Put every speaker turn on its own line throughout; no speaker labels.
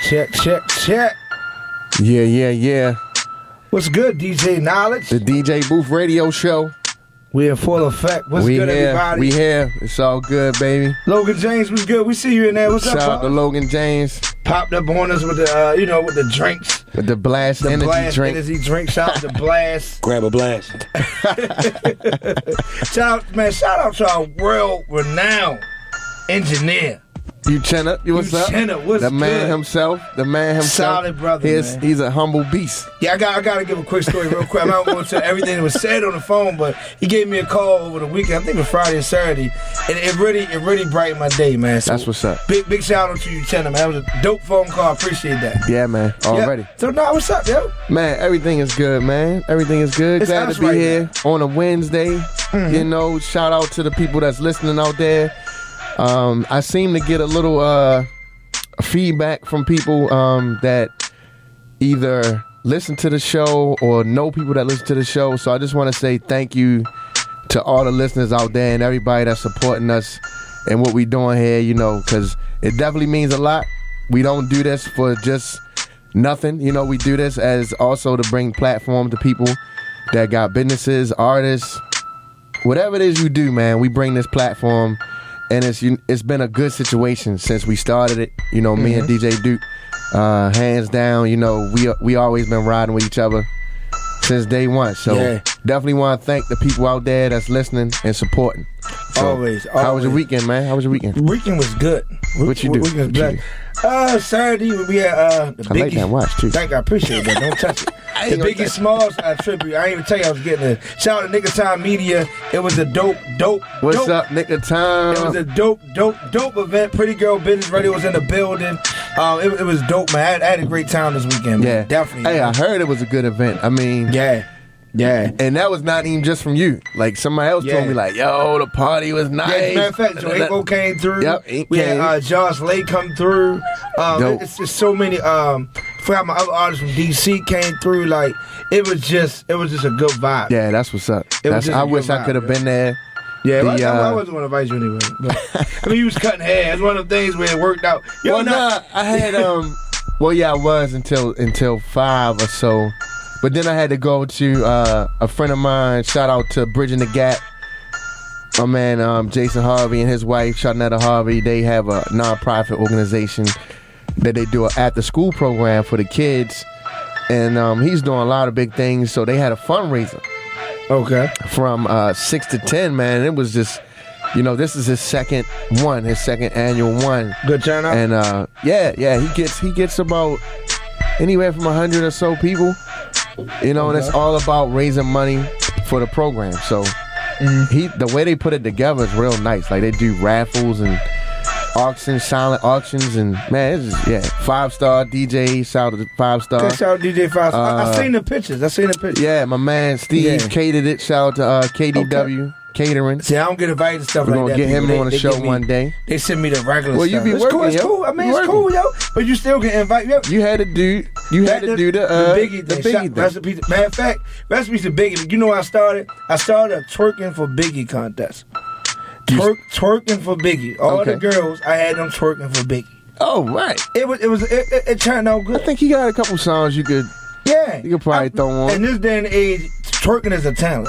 check, check, check.
Yeah, yeah, yeah.
What's good, DJ Knowledge?
The DJ Booth Radio Show.
We in full effect. What's
we
good,
here.
everybody?
We here. It's all good, baby.
Logan James, we good. We see you in there. What's
Shout out
up?
to
Pop?
Logan James
Popped up on us with the, uh, you know, with the drinks,
with the Blast
the
Energy
blast
Drink.
energy drink. Shout out to blast.
Grab a blast.
Shout out, man. Shout out to our world renowned engineer.
You Chenna, you what's up?
Uchenna, what's
the man
good?
himself. The man himself.
Solid brother,
He's,
man.
he's a humble beast.
Yeah, I got I gotta give a quick story real quick. I'm not going to everything that was said on the phone, but he gave me a call over the weekend. I think it was Friday and Saturday, and it really it really brightened my day, man. So
That's what's up.
Big big shout out to you, Chenna, man. That was a dope phone call. Appreciate that.
Yeah, man.
Yeah.
Already.
So now what's up, yo?
Man, everything is good, man. Everything is good.
It's
Glad
us
to be
right Mm-hmm.
here on a Wednesday. You know, shout out to the people that's listening out there. Um, I seem to get a little uh, feedback from people um, that either listen to the show or know people that listen to the show. So I just want to say thank you to all the listeners out there and everybody that's supporting us and what we doing here, you know, because it definitely means a lot. We don't do this for just nothing, you know, we do this as also to bring platform to people that got businesses, artists, whatever it is you do, man, we bring this platform, and it's you- it's been a good situation since we started it. You know, me and
Mm-hmm.
DJ Duke, uh, hands down. You know, we uh, we always been riding with each other since day one. So
Yeah.
definitely want to thank the people out there that's listening and supporting. So,
Always,
How was your
always.
weekend, man? How was your weekend?
Weekend was good.
What you do?
Weekend was
What you
black.
do?
Uh, Saturday we had uh the
I like that watch, too.
Thank you, I appreciate that. Don't touch it.
I ain't
the
gonna
Biggie
touch it.
Smalls uh, tribute. I ain't even tell you I was getting it. Shout out to Nigga Time Media. It was a dope, dope,
What's
dope
up, nigga? Time.
It was a dope, dope, dope event. Pretty Girl Business Radio was in the building. Um, it, it was dope, man. I had, I had a great time this weekend. man.
yeah,
definitely.
Hey, I heard it was a good event. I mean,
yeah, yeah.
And that was not even just from you. Like somebody else
Yeah.
told me, like, "Yo, the party was nice."
Yeah, as a matter of fact, Joe Apo came through.
Yep, he
we had
came.
uh, Josh Lay come through. Um,
Dope.
it's just so many. Um, forgot my other artists from DC came through. Like it was just, it was just a good vibe.
Yeah, that's what's up.
It was
That's,
just
I
a good
wish I
vibe,
could have
yo.
been there.
yeah.
the,
well, I, I
uh,
wasn't gonna invite you anyway. But, I mean, you was cutting hair. It's one of the things where it worked out. Yo,
well,
nah,
nah, I had um. well, yeah, I was until until five or so, but then I had to go to uh, a friend of mine. Shout out to Bridging the Gap. My man, um, Jason Harvey and his wife, Shanetta Harvey. They have a nonprofit organization that they do an after-school program for the kids, and um, he's doing a lot of big things. So they had a fundraiser.
Okay.
from uh, six to ten, man. It was just, you know, this is his second one, his second annual one,
Good turnout.
and uh, yeah, yeah, he gets he gets about anywhere from a hundred or so people, you know, and it's all about raising money for the program. So
Mm-hmm.
he the way they put it together is real nice. Like they do raffles and. Auctions, silent auctions, and man, it's just, yeah, five star DJ, shout out to five star.
Good shout out DJ Foster. I, I seen the pictures. I seen the pictures.
uh, Yeah, my man Steve
Yeah.
catered it. Shout out to uh, KDW Catering.
See, I don't get invited to stuff
We're
like
gonna
that.
get him
people.
on the
They- they
show
give me-
one day.
They send me the regular
Well, you
stuff.
be
it's
working,
cool, it's
yo.
cool. I mean,
You
it's cool, yo. But you still get invited. Yo,
You had to do. You had to do the uh,
Biggie
the
thing. Shout-
Biggie thing.
Recipe to, matter of fact, recipe to Biggie. You know, I started. I started a twerking for Biggie contest. Twerk, twerking for Biggie. All the
Okay.
girls, I had them twerking for Biggie.
Oh right.
It was, it was, it, it, it turned out
I
good.
think he got a couple songs you could.
Yeah,
You could probably throw on.
In this day and age, twerking is a talent.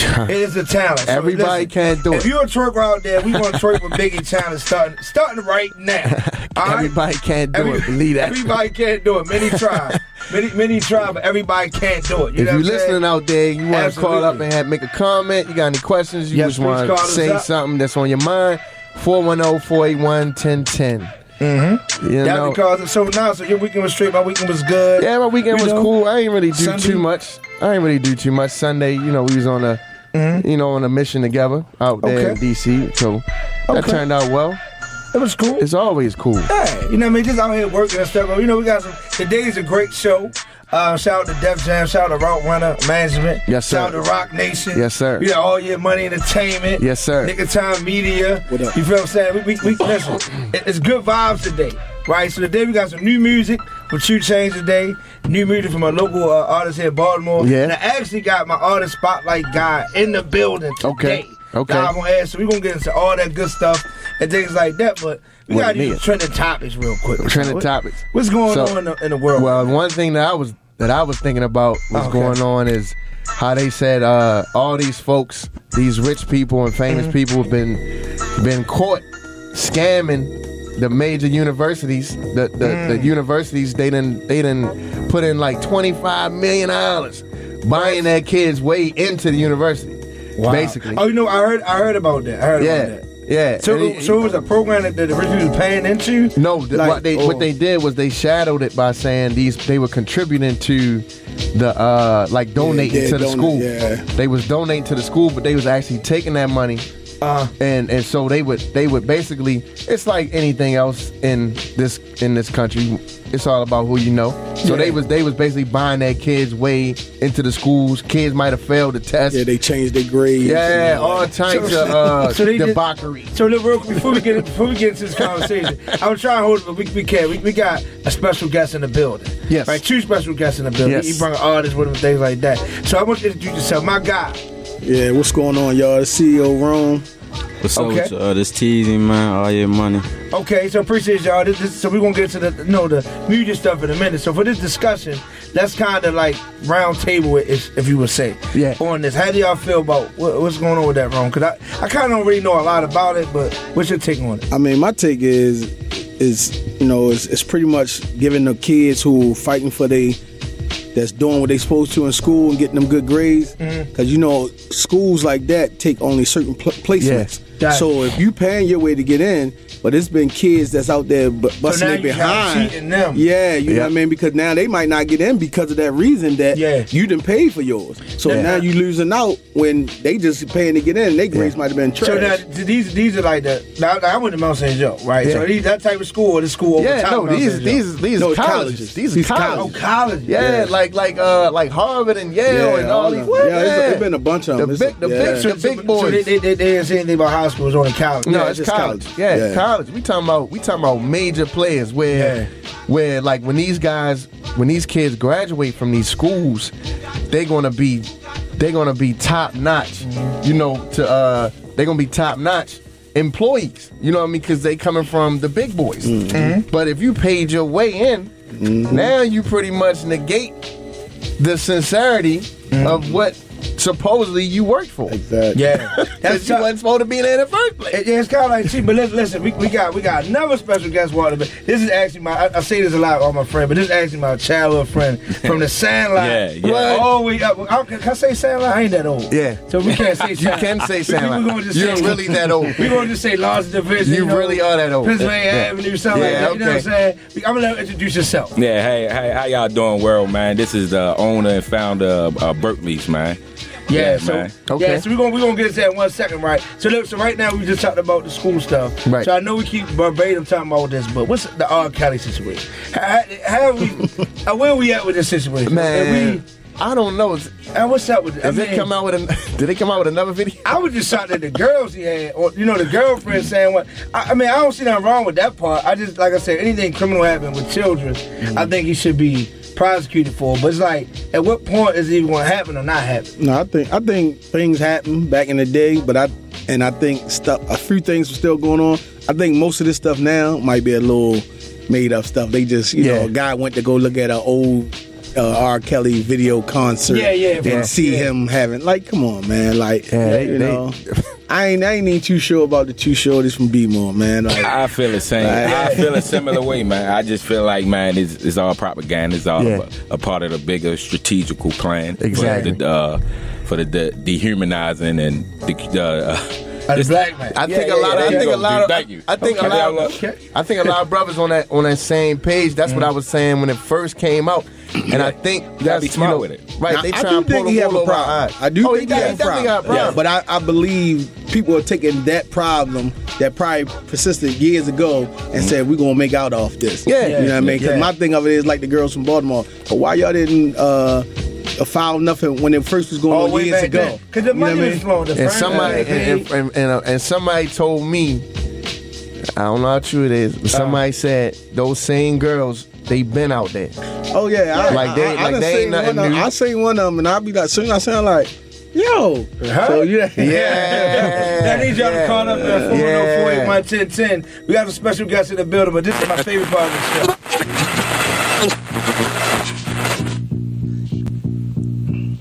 It is a talent. So
Everybody
listen,
can't do
If
it.
you're a twerker out there, we want to twerk with Biggie Challenge starting starting right now. All right?
Everybody can't do
Every-
it. Believe that.
Everybody can't do it. Many try. many many try, but everybody can't do it. You know
if you
what I'm
listening
saying?
out there, you want to call up
Absolutely.
and have, make a comment. You got any questions? You
Yes,
just
please
want
call
to
us
say
up.
something that's on your mind. oh, 410-481-1010. Mm-hmm. You
That
know.
because it's so now, so your weekend was straight. My weekend was good.
Yeah, my weekend
You
was
know,
cool. I ain't really do
Sunday-
too much. I ain't really do too much. Sunday, you know, we was on a, you know, on a mission together out there
Mm-hmm. Okay.
in DC. So that
Okay.
turned out well.
It was cool.
It's always cool.
Yeah, you know what I mean? Just out here working and stuff. But, you know, we got some. Today's a great show. Uh, shout out to Def Jam. Shout out to Route Runner Management.
Yes, sir.
Shout out to Rock Nation.
Yes, sir.
You got all your money entertainment.
Yes, sir.
Nigga Time Media.
What up?
You feel what I'm saying? We, we, we listen. it- It's good vibes today, right? So today we got some new music from True Change today. New music from a local uh, artist here in Baltimore.
Yeah.
And I actually got my artist spotlight guy in the building
Okay.
today.
Okay.
Live on air. So we're gonna get into all that good stuff and things like that. But We
what it
gotta do
is.
trending topics real quick.
Trending
What-
topics.
What's going
So-
on in the, in the world?
Well, one thing that I was that I was thinking about was
Oh, Okay.
going on is how they said uh, all these folks, these rich people and famous
Mm-hmm.
people, have been been caught scamming the major universities. The the,
Mm.
the universities they didn't they didn't put in like twenty five million dollars buying their kids way into the university.
Wow.
Basically,
Oh, you know, I heard, I heard about that. I heard
yeah,
about that.
yeah.
So,
And it-
so it was a program that, that the rich people was paying into.
No, th-
Like-
what they
oh.
what they did was they shadowed it by saying these they were contributing to the uh like donating
yeah,
to the
donate,
school.
yeah.
They was donating to the school, but they was actually taking that money.
Uh,
And and so they would they would basically it's like anything else in this in this country. It's all about who you know. So
Yeah.
they was they was basically buying their kids way into the schools. Kids might have failed the test.
Yeah,
Yeah,
they changed their grades. and all
all
that.
types of uh,
so they did-
debauchery.
So look, real quick, before we get before we get into this conversation, I was trying to hold it, but we, we can't. We, we got a special guest in the building.
Yes.
right. Two special guests in the building.
Yes.
He brought an artist with him, things like that. So I want you to introduce yourself, my guy.
Yeah, what's going on, y'all? The E CEO Rome.
What's up
Okay.
with you? Uh, this teasing, man. All your money.
Okay, so appreciate y'all. This, this, so we're gonna get to the no the music stuff in a minute. So for this discussion, let's kind of like round table it, if, if you would say.
Yeah.
On this, how do y'all feel about what, what's going on with that, Rome? Cause I I kind of don't really know a lot about it, but what's your take on it?
I mean, my take is, is you know, it's, it's pretty much giving the kids who fighting for they, that's doing what they supposed to in school and getting them good grades, because
Mm-hmm.
you know schools like that take only certain pl- placements.
Got it.
So if you paying your way to get in, but it's been kids that's out there bu- busting
now
their
you kinda
behind.
cheating them.
Yeah, you know
Yeah.
what I mean? Because now they might not get in because of that reason that
Yeah.
you didn't pay for yours. So
Yeah.
now you losing out when they just paying to get in. Their grades might have been trash.
So now th- these these are like the now, now, I went to Mount St. Joe, right? So
Yeah.
these, that type of school or the school over
Yeah,
top of
no,
Mount
these
St. Joe.
these these
No,
are
it's
colleges.
colleges.
These are
These
oh
colleges.
college.
Yeah, like like uh like Harvard and Yale and all these.
of them. Yeah, it's- it's been a bunch of them.
The
It's a-
big, the
yeah.
big, the big
So they,
boys.
they, they, they didn't say anything about high school, it's only college.
No,
yeah,
it's
just
college.
college.
Yeah,
Yeah.
it's college. We talking about we talking about major players where
Yeah.
where like when these guys when these kids graduate from these schools, they're gonna be they're gonna be top notch. You know, to uh they're gonna be top notch employees. You know what I mean? Because they coming from the big boys. But if you paid your way in, now you pretty much negate the sincerity of what supposedly you worked for.
Exactly.
Yeah,
That you wasn't supposed to be there in the first place.
It- yeah, it's kind of like cheap, but listen, listen we, we got we got another special guest, Walter. But this is actually my I, I say this a lot on my friend, but this is actually my childhood friend from the Sandlot.
Yeah, yeah.
What? Oh, we, uh, I, can, can I say Sandlot? I ain't that old.
Yeah.
so we can't say.
You can say Sandlot.
We're gonna just
You're
say,
really that old.
We're gonna just say Lost Division.
You really are that old.
Pennsylvania
Yeah.
Avenue, something
Yeah,
like that. You know what I'm saying? I'm gonna let you introduce yourself.
Yeah, hey, hey, how y'all doing, world, man? This is the owner and founder of uh, Berkeley's, man.
Yeah,
Yeah,
so
man.
Okay.
yeah, so we're gonna we're gonna get into that in one second, right? So look, so right now we just talked about the school stuff.
Right.
So I know we keep verbatim talking about this, but what's the R. Kelly situation? How, how we uh, where we at with this situation?
Man,
And
I don't know. Is,
we, and what's up with it? I
does it
mean,
come out with an? Did they come out with another video?
I was just shocked that the girls he had, or you know, the girlfriend saying what. I, I mean, I don't see nothing wrong with that part. I just, like I said, anything criminal happening with children,
Mm-hmm.
I think he should be prosecuted for. But it's like, at what point is it even going to happen or not happen?
No, I think I think things happened back in the day, but I and I think stuff a few things were still going on. I think most of this stuff now might be a little made up stuff. They just you
Yeah.
know, a guy went to go look at an old uh, R. Kelly video concert,
Yeah, yeah,
and
yeah.
see
Yeah.
him having like, come on, man, like
Yeah, they-
you
they-
know, I ain't I ain't even too sure about the two shorties from B More, man. Like,
I feel the same. I feel a similar way, man. I just feel like, man, it's, it's all propaganda. It's all
Yeah.
a, a part of the bigger strategical plan. for
Exactly.
the, uh, for the de- dehumanizing and the. Uh,
As a black man.
I
Yeah,
think
yeah,
a lot. Of,
yeah,
I
there
think
you
a
go,
lot
dude.
of.
Thank you.
I think
Okay,
a lot.
y'all
Of, I think a lot of brothers on that on that same page. That's what I was saying when it first came out, and I think that's
be smart
you know,
with it.
Right?
Now,
they
I
try
do
and pull
think
the
he have
wool
a
over our
problem.
eyes.
I do
Oh,
think
he, got-
he, have a
definitely
problem.
got a problem.
But I, I believe people are taking that problem that probably persisted years ago and said we're gonna make out off this.
Yeah.
you know what I mean. Because
Yeah.
my thing of it is like the girls from Baltimore. Why y'all didn't uh, file nothing when it first was going
Oh,
on
way
years
back
ago?
then. Because the
You know
money
what I
was
mean?
flowing. The
and
firm-
somebody
uh,
and, and, and, and, uh, and somebody told me I don't know how true it is, but somebody said those same girls, they been out there.
Oh yeah, I,
Like they-
I, I
like
done
they ain't
seen
nothing
one of,
new.
I seen one of them, and I be like, soon I sound like. Yo.
Huh?
So you
Yeah.
I need y'all to call up at 410 1010 We have a special guest in the building, but this is my favorite part of the show.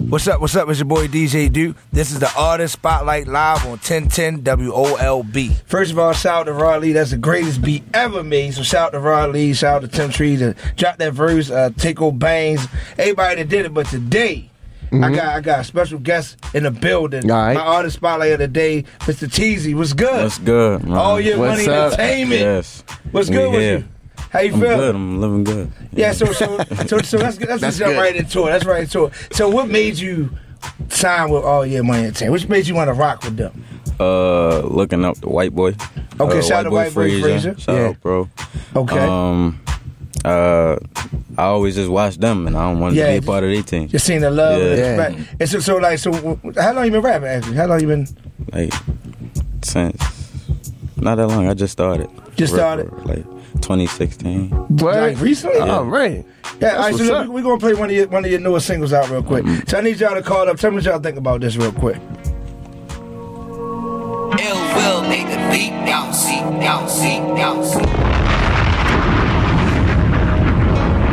What's up? What's up? It's your boy DJ Duke. This is the Artist Spotlight Live on 1010 WOLB. First of all, shout out to Rod Lee. That's the greatest beat ever made. So shout out to Rod Lee. Shout out to Tim Trees. And drop that verse. Uh, Tickle Bangs. Everybody that did it. But today, I got I got a special guest in the building.
All right.
My Artist Spotlight of the day, Mr. Teasy. What's good?
What's good, man?
Oh, yeah,
What's
Money
up?
Entertainment.
Yes.
What's
We
good with
here.
you? How you
I'm
feel?
good. I'm living good.
Yeah, so so so, so let's, let's just jump
good.
right into it. That's right into it. So what made you sign with All Yeah Money Entertainment? Which made you want to rock with them?
Uh, looking up the white boy.
Okay,
uh,
shout out to White Boy Freezer.
Shout
Yeah.
out, bro.
Okay.
Um, uh, I always just watch them, and I don't want
Yeah,
to be a part of their team.
Just seeing the love and
Yeah.
the respect. And so, so like so w- how long you been rapping actually? How long you been
Like since not that long, I just started.
Just
Rap-
started?
like 2016.
like
Uh,
recently?
All right.
Yeah, all right, so
what's
look,
up.
we're gonna play one of your one of your newest singles out real quick.
Mm-hmm.
So I need y'all to call up. Tell me what y'all think about this real quick.
Ill will make the beat bouncy, bouncy, bouncy.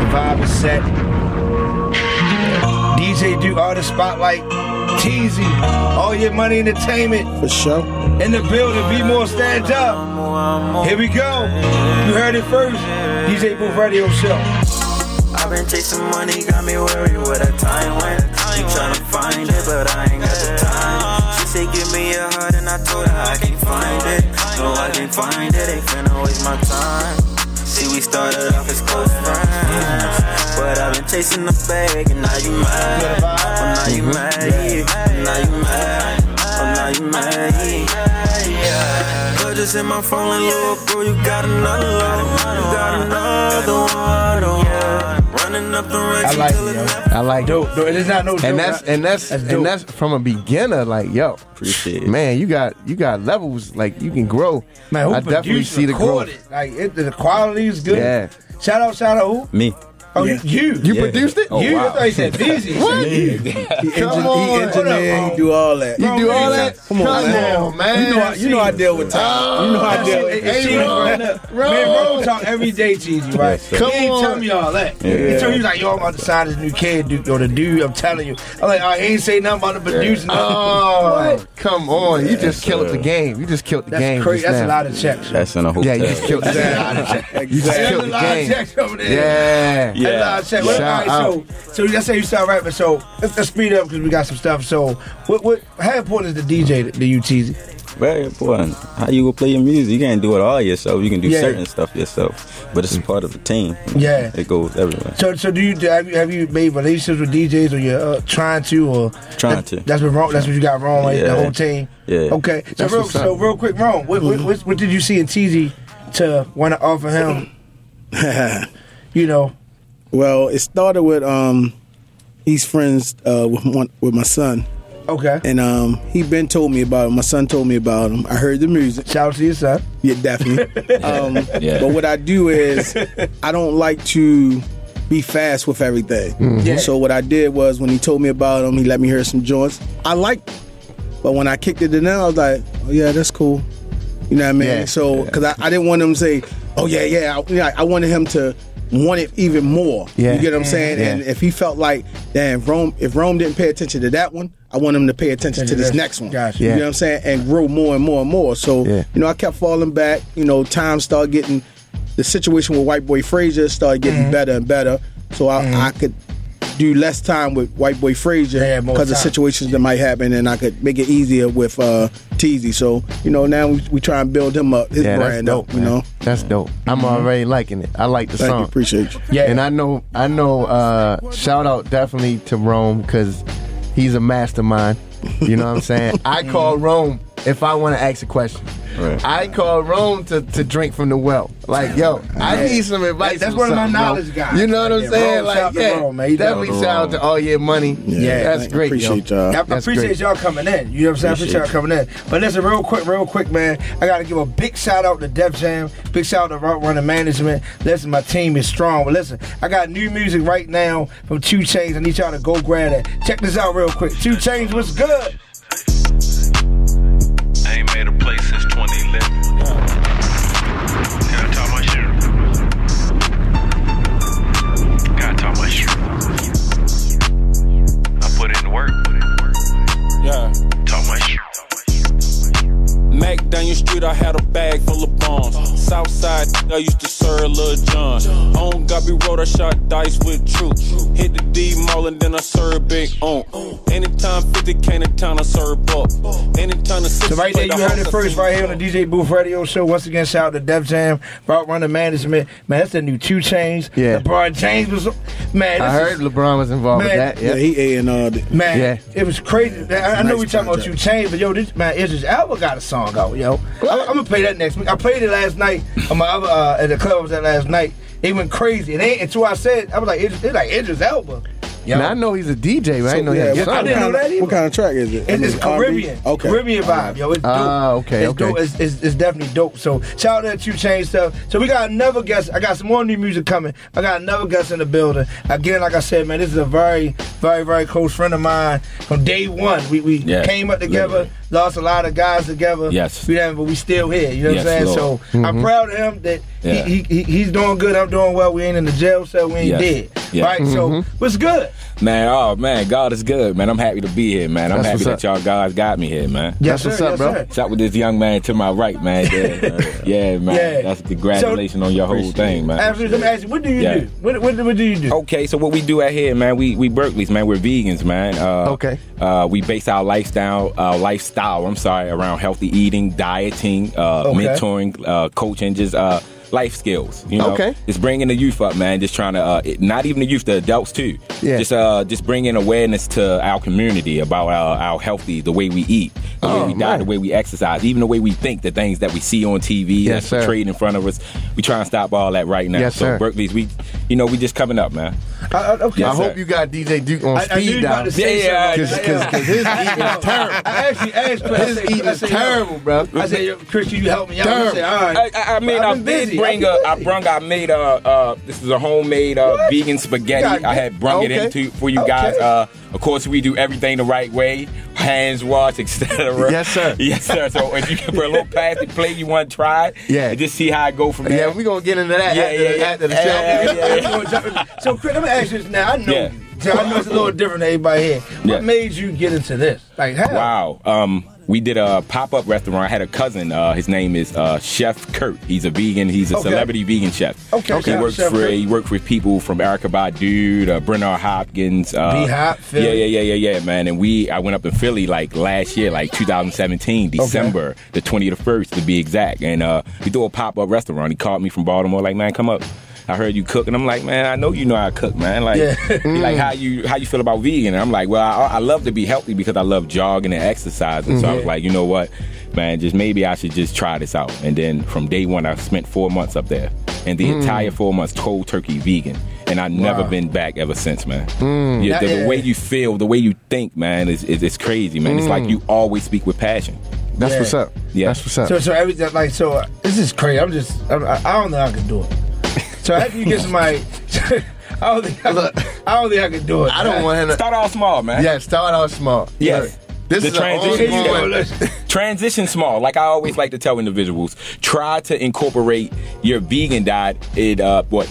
The vibe is set. DJ do all the spotlight. Teasy, all your money entertainment.
For sure.
in the building. Be more stand up. Here we go. You heard it first. DJ Booth Radio Show.
I've been chasing money, got me worried where that time went. She tryna find it, but I ain't got the time. She said, Give me your heart, and I told her I can't find it. No, I can't find it, ain't finna waste my time. See, we started off as close friends. But I've been chasing the bag, and now you mad. Oh, now you
Mm-hmm.
mad. Oh, now you mad. Oh, now you mad. Yeah. Girl, just in my phone, and look, bro, you got another one. You got another one. Oh, Running up the
I
ranks
like
until
it,
it
yo.
never
I like
Dope. dope. It is not no joke.
And that's and that's
That's dope.
and that's from a beginner. Like yo,
Appreciate it.
man, you got you got levels. Like you can grow.
Man, who
I definitely
produced,
see the growth.
recorded? Like it, the quality is good.
Yeah.
Shout out, shout out who?
Me.
Oh,
Yeah.
you.
You
You.
Yeah.
produced it.
Oh,
you
wow.
I thought you said Beezy. what?
He, engin-
Come
he
on.
engineer, he do all that.
You do
man.
all that.
Come on, man.
man. Oh,
You know, I, you know I deal with time. you know I
That
deal
shit,
with
it- it-
Hey,
she
bro.
growing up.
Bro.
Man, bro talk every day, Cheesy, right?
Yes, sir.
Come
he ain't
on.
tell me all that. He told me, he was like, yo, I'm about to sign this new kid, dude, or the dude, I'm telling you. I'm like, oh, he ain't say nothing about the producer.
Oh, come on! You just killed
sir.
the game. You just killed the
That's
game.
crazy.
just
That's a
now.
lot of checks. yo.
That's in a hotel.
Yeah, you just killed the game.
Exactly.
You just
That's
killed
a
the
lot of
game.
checks over there.
Yeah.
Yeah. That's a lot of checks.
Shout
Well, all right, so, so that's how you start rapping. So let's, let's speed up because we got some stuff. So, what, what, how important is the DJ to you, Cheesy?
Very important. How you will play your music. You can't do it all yourself. You can do
Yeah.
certain stuff yourself. But it's part of the team.
Yeah.
It goes everywhere.
So, so do you have you have you made relationships with DJs or you're uh, trying to or
Trying
that-
to.
That's what wrong. That's what you got wrong. Like, The
Yeah.
whole team.
Yeah.
Okay. So
That's
real,
what's up.
so real quick, wrong. What, what, what, what did you see in Cheesy to want to offer him? You know.
Well, it started with um, he's friends uh, with, one, with my son,
Okay.
and um, he been told me about him. My son told me about him. I heard the music.
Shout out to your son.
Yeah, definitely. um,
Yeah.
But what I do is I don't like to be fast with everything.
Yeah.
So what I did was when he told me about him, he let me hear some joints. I liked it. But when I kicked it to them, I was like, oh, yeah, that's cool. You know what I mean?
Yeah.
So, because I, I didn't want him to say, oh, yeah, yeah. I, yeah, I wanted him to want it even more.
Yeah.
You get what I'm saying?
Yeah.
And if he felt like, damn, Rome, if Rome didn't pay attention to that one, I want him to pay attention to this
Attention to
next
this.
one.
Gotcha.
You
Yeah.
know what I'm saying? And grow more and more and more. So,
Yeah.
you know, I kept falling back. You know, time started getting, the situation with White Boy Frazier started getting
Mm-hmm.
better and better. So I, I could do less time with White Boy Frazier
Yeah, more
because of
time.
situations that might happen, and I could make it easier with uh, Teasy. So you know, now we, we try and build him up, his
Yeah, that's
brand
dope.
up. You
man.
know,
that's dope. I'm already liking it. I like the
thank
song.
you, appreciate you.
Yeah.
And I know, I know. Uh, shout out definitely to Rome because he's a mastermind. You know what I'm saying? I call Rome if I want to ask a question.
Right.
I called Rome to, to drink from the well. Like, yo, I need some advice.
That's
on
one of my
something, bro.
knowledge guys.
You know what
Like
I'm
that.
saying?
Rome, shout out to Rome,
like, yeah,
man. He
definitely
down
shout out to all your money. Yeah, that's
thank-
great. yo.
Appreciate y'all.
I
Uh, That's
appreciate
great.
y'all coming in. You know what I'm saying? I appreciate y'all coming in. But listen, real quick, real quick, man. I gotta give a big shout out to Def Jam. Big shout out to Route Running Management. Listen, my team is strong. But listen, I got new music right now from Two Chains. I need y'all to go grab that. Check this out real quick. Two Chains, what's good?
I ain't made a play since 2011. Gotta talk my shit. Gotta talk my shit. I put in work.
Yeah.
Talk my shit.
Mac down your street, I had a bag full of bombs. Southside, I used to serve Lil John. On Gobby Road, I shot dice with truth. Hit the D mall and then I served Big On. Anytime 50 came to town, I serve up. Anytime the
So right there, you heard it first, right here on the DJ Booth Radio Show. Once again, shout out to Def Jam, Route Running Management. Man, that's the new Two Chains.
Yeah.
LeBron James was man.
I
this is-
heard LeBron was involved
Man,
with that. Yeah.
Yeah, he A and R. That
Man,
Yeah.
it was crazy. Man, I, I know we talking about you
project.
change, but yo, this man Idris Elba got a song out, yo. I, am gonna play that next week. I played it last night on my other uh, at the club I was at last night. They went crazy. It ain't until I said I was like, it's like Idris Elba. Yo.
Now, I know he's a DJ, right? I didn't know
yeah,
he had
what
a
I
son.
didn't know that either.
What kind of track is it?
It's, it's
I mean, R&B?
Caribbean,
Okay.
Caribbean vibe, yo. It's dope.
Ah, okay,
it's
okay.
Dope. It's, it's, it's definitely dope. So shout out to Two Chain stuff. So we got another guest. I got some more new music coming. I got another guest in the building. Again, like I said, man, this is a very, very, very close friend of mine from day one. We we
Yeah,
came up together,
literally.
lost a lot of guys together.
Yes.
we done, but we still here. You know
Yes,
what I'm saying?
Lord.
So
Mm-hmm.
I'm proud of him that
Yeah.
he, he, he he's doing good. I'm doing well. We ain't in the jail cell. We ain't
Yes.
dead.
Yeah.
Right. So
Mm-hmm.
what's good?
Man, oh man, God is good, man. I'm happy to be here, man. I'm
That's
happy
what's
that y'all guys got me here, man.
Yes,
what's
sir,
up,
yes,
bro.
sir.
What's up with this young man to my right, man? Yeah, yeah man.
Yeah.
That's congratulations on your whole thing, man.
Absolutely. Let me ask you, what do you
Yeah.
do? What, what, what do you
Oh,
do?
Okay, so what we do out here, man, we we Berkeleys, man, we're vegans, man. Uh,
Okay.
Uh, we base our lifestyle, uh, lifestyle, I'm sorry, around healthy eating, dieting, uh,
Okay.
mentoring, uh, coaching, just uh, life skills. You know,
Okay.
just bringing the youth up, man. Just trying to, uh, it- not even the youth, the adults too.
Yeah.
Just uh, just bringing awareness to our community about our, our healthy, the way we eat, the
Oh,
way we diet, the way we exercise, even the way we think, the things that we see on TV,
Yes,
that's
sir.
portrayed in front of us. We try and stop all that right now.
Yes,
so
sir.
Berkeley's, we, you know, we just coming up, man.
I, I, okay.
Yes,
I hope
sir.
you got DJ Duke on
I, I knew you
speed
was about
dial.
to say
Yeah,
something.
Because
like that.
his eating is terrible.
I actually asked Chris. I
His
said,
eating
I
is
said, yo,
terrible, bro.
I said, yo, Chris, you help me out. I
Terrible.
said, all
I,
right.
I- I mean,
I've
I
been
did
busy. I've
bring
been
a. I
busy.
brung. I made a. Uh, this is a homemade uh, vegan spaghetti.
God,
I had brung it
okay.
into for you guys.
Okay.
Uh, of course, we do everything the right way, hands wash, etc.
Yes, sir.
yes, sir. So if you can put a little plastic plate, you want to try it,
Yeah.
and just see how it go from there.
Yeah, we're going to get into that
Yeah,
after,
yeah,
the,
yeah.
after the show.
Yeah, yeah, yeah.
so, Chris, let me ask you this now. I know
Yeah.
you. So I know it's a little different than everybody here. What
Yeah.
made you get into this? Like, how?
Wow. Um, we did a pop up restaurant. I had a cousin. Uh, his name is uh, Chef Kurt. He's a vegan. He's a
Okay.
celebrity vegan chef.
Okay, shout
He
out
works
Chef
for
Kurt.
he worked with people from Erica Badu to Brenna Hopkins. Uh,
B-Hop, Philly.
Yeah, yeah, yeah, yeah, yeah, man. And we I went up in Philly like last year, like 2017, December the 21st to be exact. And uh, we threw a pop up restaurant. He called me from Baltimore, like, man, come up. I heard you cook, and I'm like, man, I know you know how I cook, man. Like,
Yeah.
he like how you how you feel about vegan? And I'm like, well, I, I love to be healthy because I love jogging and exercising. So I
Mm-hmm.
was like, you know what, man, just maybe I should just try this out. And then from day one, I spent four months up there, and the entire four months cold turkey vegan, and I've never
Mm. Wow. Mm.
been back ever since, man. Yeah, the,
That-
the way you feel, the way you think, man, is is, is crazy, man. It's
Mm.
like you always speak with passion.
That's
Yeah.
what's up.
Yeah.
That's what's up.
So, so everything like so. uh, This is crazy. I'm just. I'm, I, I don't know. How I can do it. So how can you get somebody? I don't think. I,
Look.
I don't think I can do it.
I don't want him to.
Start off small, man.
Yeah, start out small.
Yes.
This
The
is an
transition.
ongoing-
Yeah. Transition small. Like I always like to tell individuals, try to incorporate your vegan diet in uh, what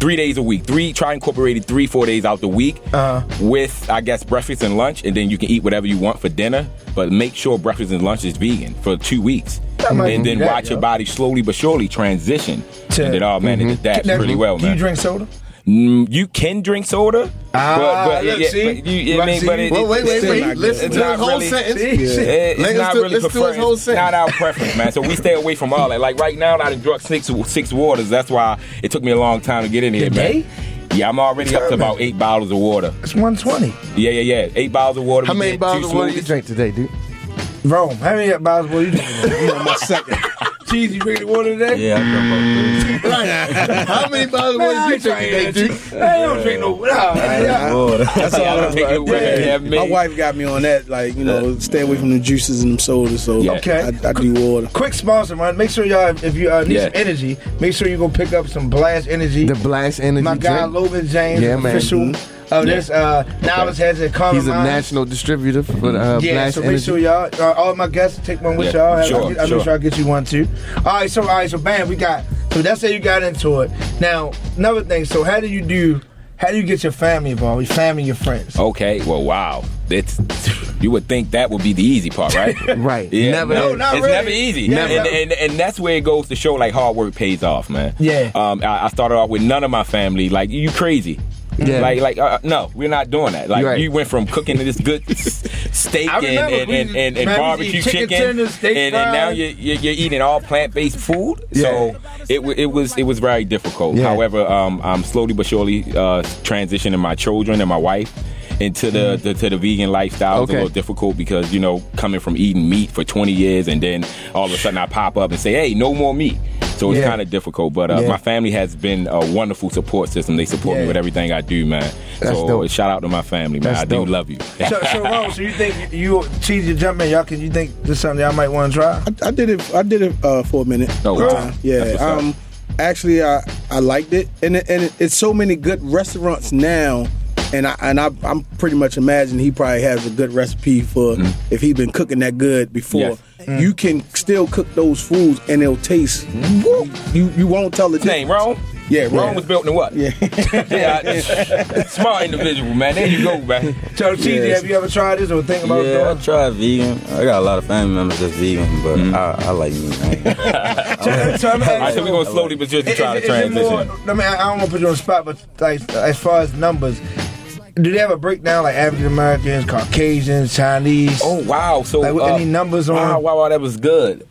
three days a week. Three try incorporate it three four days out the week
Uh-huh.
with I guess breakfast and lunch, and then you can eat whatever you want for dinner. But make sure breakfast and lunch is vegan for two weeks,
might
and
be
then
that,
watch
yo.
your body slowly but surely transition.
To- Mm-hmm.
and it all man, it adapts
Now,
pretty
do-
well,
Do
man.
you drink soda?
Mm, you can drink soda,
Ah, look, see?
but you,
Right,
I mean,
see?
but it,
Well, wait, wait,
it's
wait.
not good.
Listen
It's
to
not
his whole
really-
sentence.
It-
Let's
it's not
do- let's
really
do his
preferred.
whole
It's not
sentence.
our preference, man. So we stay away from all that. Like right now, I done drunk six six waters. That's why it took me a long time to get in here, man.
Today?
Yeah, I'm already up to about eight bottles of water.
It's 120.
Yeah, yeah, yeah. Eight bottles of water.
How
We
many
did
bottles
two
of water you
smoothies.
drink today, dude?
Rome. How many bottles were you drinking?
You know, my second.
Cheese, you drinking water today?
Yeah, I drunk about three.
How many bottles
Man,
was
I,
you
ain't drinking
drinking?
that juice. I don't drink no water.
Water.
That's all I
Take it away. Yeah, me.
My wife got me on that, like you know, stay away from the juices and them sodas. So
Yeah.
Okay.
I, I do water.
Quick sponsor, man. Make sure y'all, if you uh, need
Yeah.
some energy, make sure you go pick up some Blast Energy.
The Blast Energy
My guy,
drink.
Logan James,
Yeah, man.
official of this. Uh, Knowledge has it. Common
He's a
Minds.
national distributor for uh,
Yeah,
Blast
so make
Energy.
sure y'all, uh, all my guests, take one with
Yeah,
y'all. Have-
sure,
I'll, get, I'll
sure.
make sure I get you one too. All right, so all right, so bam, we got. So that's how you got into it. Now another thing. So how do you do? How do you get your family involved? Your family, your friends.
Okay, well, wow. That's you would think that would be the easy part, right?
Right.
Yeah,
Never.
No, not
it's
really.
never easy.
Yeah,
and,
never.
And, and that's where it goes to show like hard work pays off, man.
Yeah.
Um, I, I started off with none of my family. Like you crazy.
Yeah.
Like, like, uh, no, we're not doing that. Like,
Right.
you went from cooking this good s- steak
I
and,
remember
and,
we
and,
used-
and, and
man, we used
barbecue
to eat
chicken,
chicken tenders, steak
and, and now
fries.
you're, you're, you're eating all plant based food. So it, wa- it was it was very difficult.
Yeah.
However, um, I'm slowly but surely uh, transitioning my children and my wife into
Mm-hmm.
the, the to the vegan lifestyle. It's a
Okay.
little difficult because you know coming from eating meat for 20 years and then all of a sudden I pop up and say, hey, no more meat. So it's
Yeah.
kind of difficult, but uh,
Yeah.
my family has been a wonderful support system. They support
Yeah.
me with everything I do, man.
That's
so
dope.
shout out to my family, man.
That's
I do
dope.
love you.
so, so, Rome, so you think you cheese your jump in, y'all? Can you think this is something y'all might want to try?
I, I did it. I did it uh, for a minute.
Oh, wow.
Uh,
That's
Yeah.
what's up.
Um. Actually, I I liked it, and it, and it, it's so many good restaurants now, and I and I I'm pretty much imagine he probably has a good recipe for if he's been cooking that good before.
Mm-hmm. Yes.
You can still cook those foods, and it'll taste.
Mm-hmm.
You you won't tell the
Name Rome?
Yeah,
Rome
Rome.
was built in what? Yeah. I- smart individual, man. There you go, man.
So, cheese,
Yes.
have you ever tried this or think about
Yeah, I
doing?
tried vegan. I got a lot of family members that's vegan, but
Mm-hmm.
I, I like meat. I ain't-
So, so I'm
All right, so we're going to slowly but just
Is-
try to
is- is it more-
transition.
I mean, I I don't want to put you on the spot, but like as far as numbers, do they have a breakdown like African Americans, Caucasians, Chinese?
Oh, wow. So,
Like,
uh,
any numbers on?
Wow, wow, wow, that was good.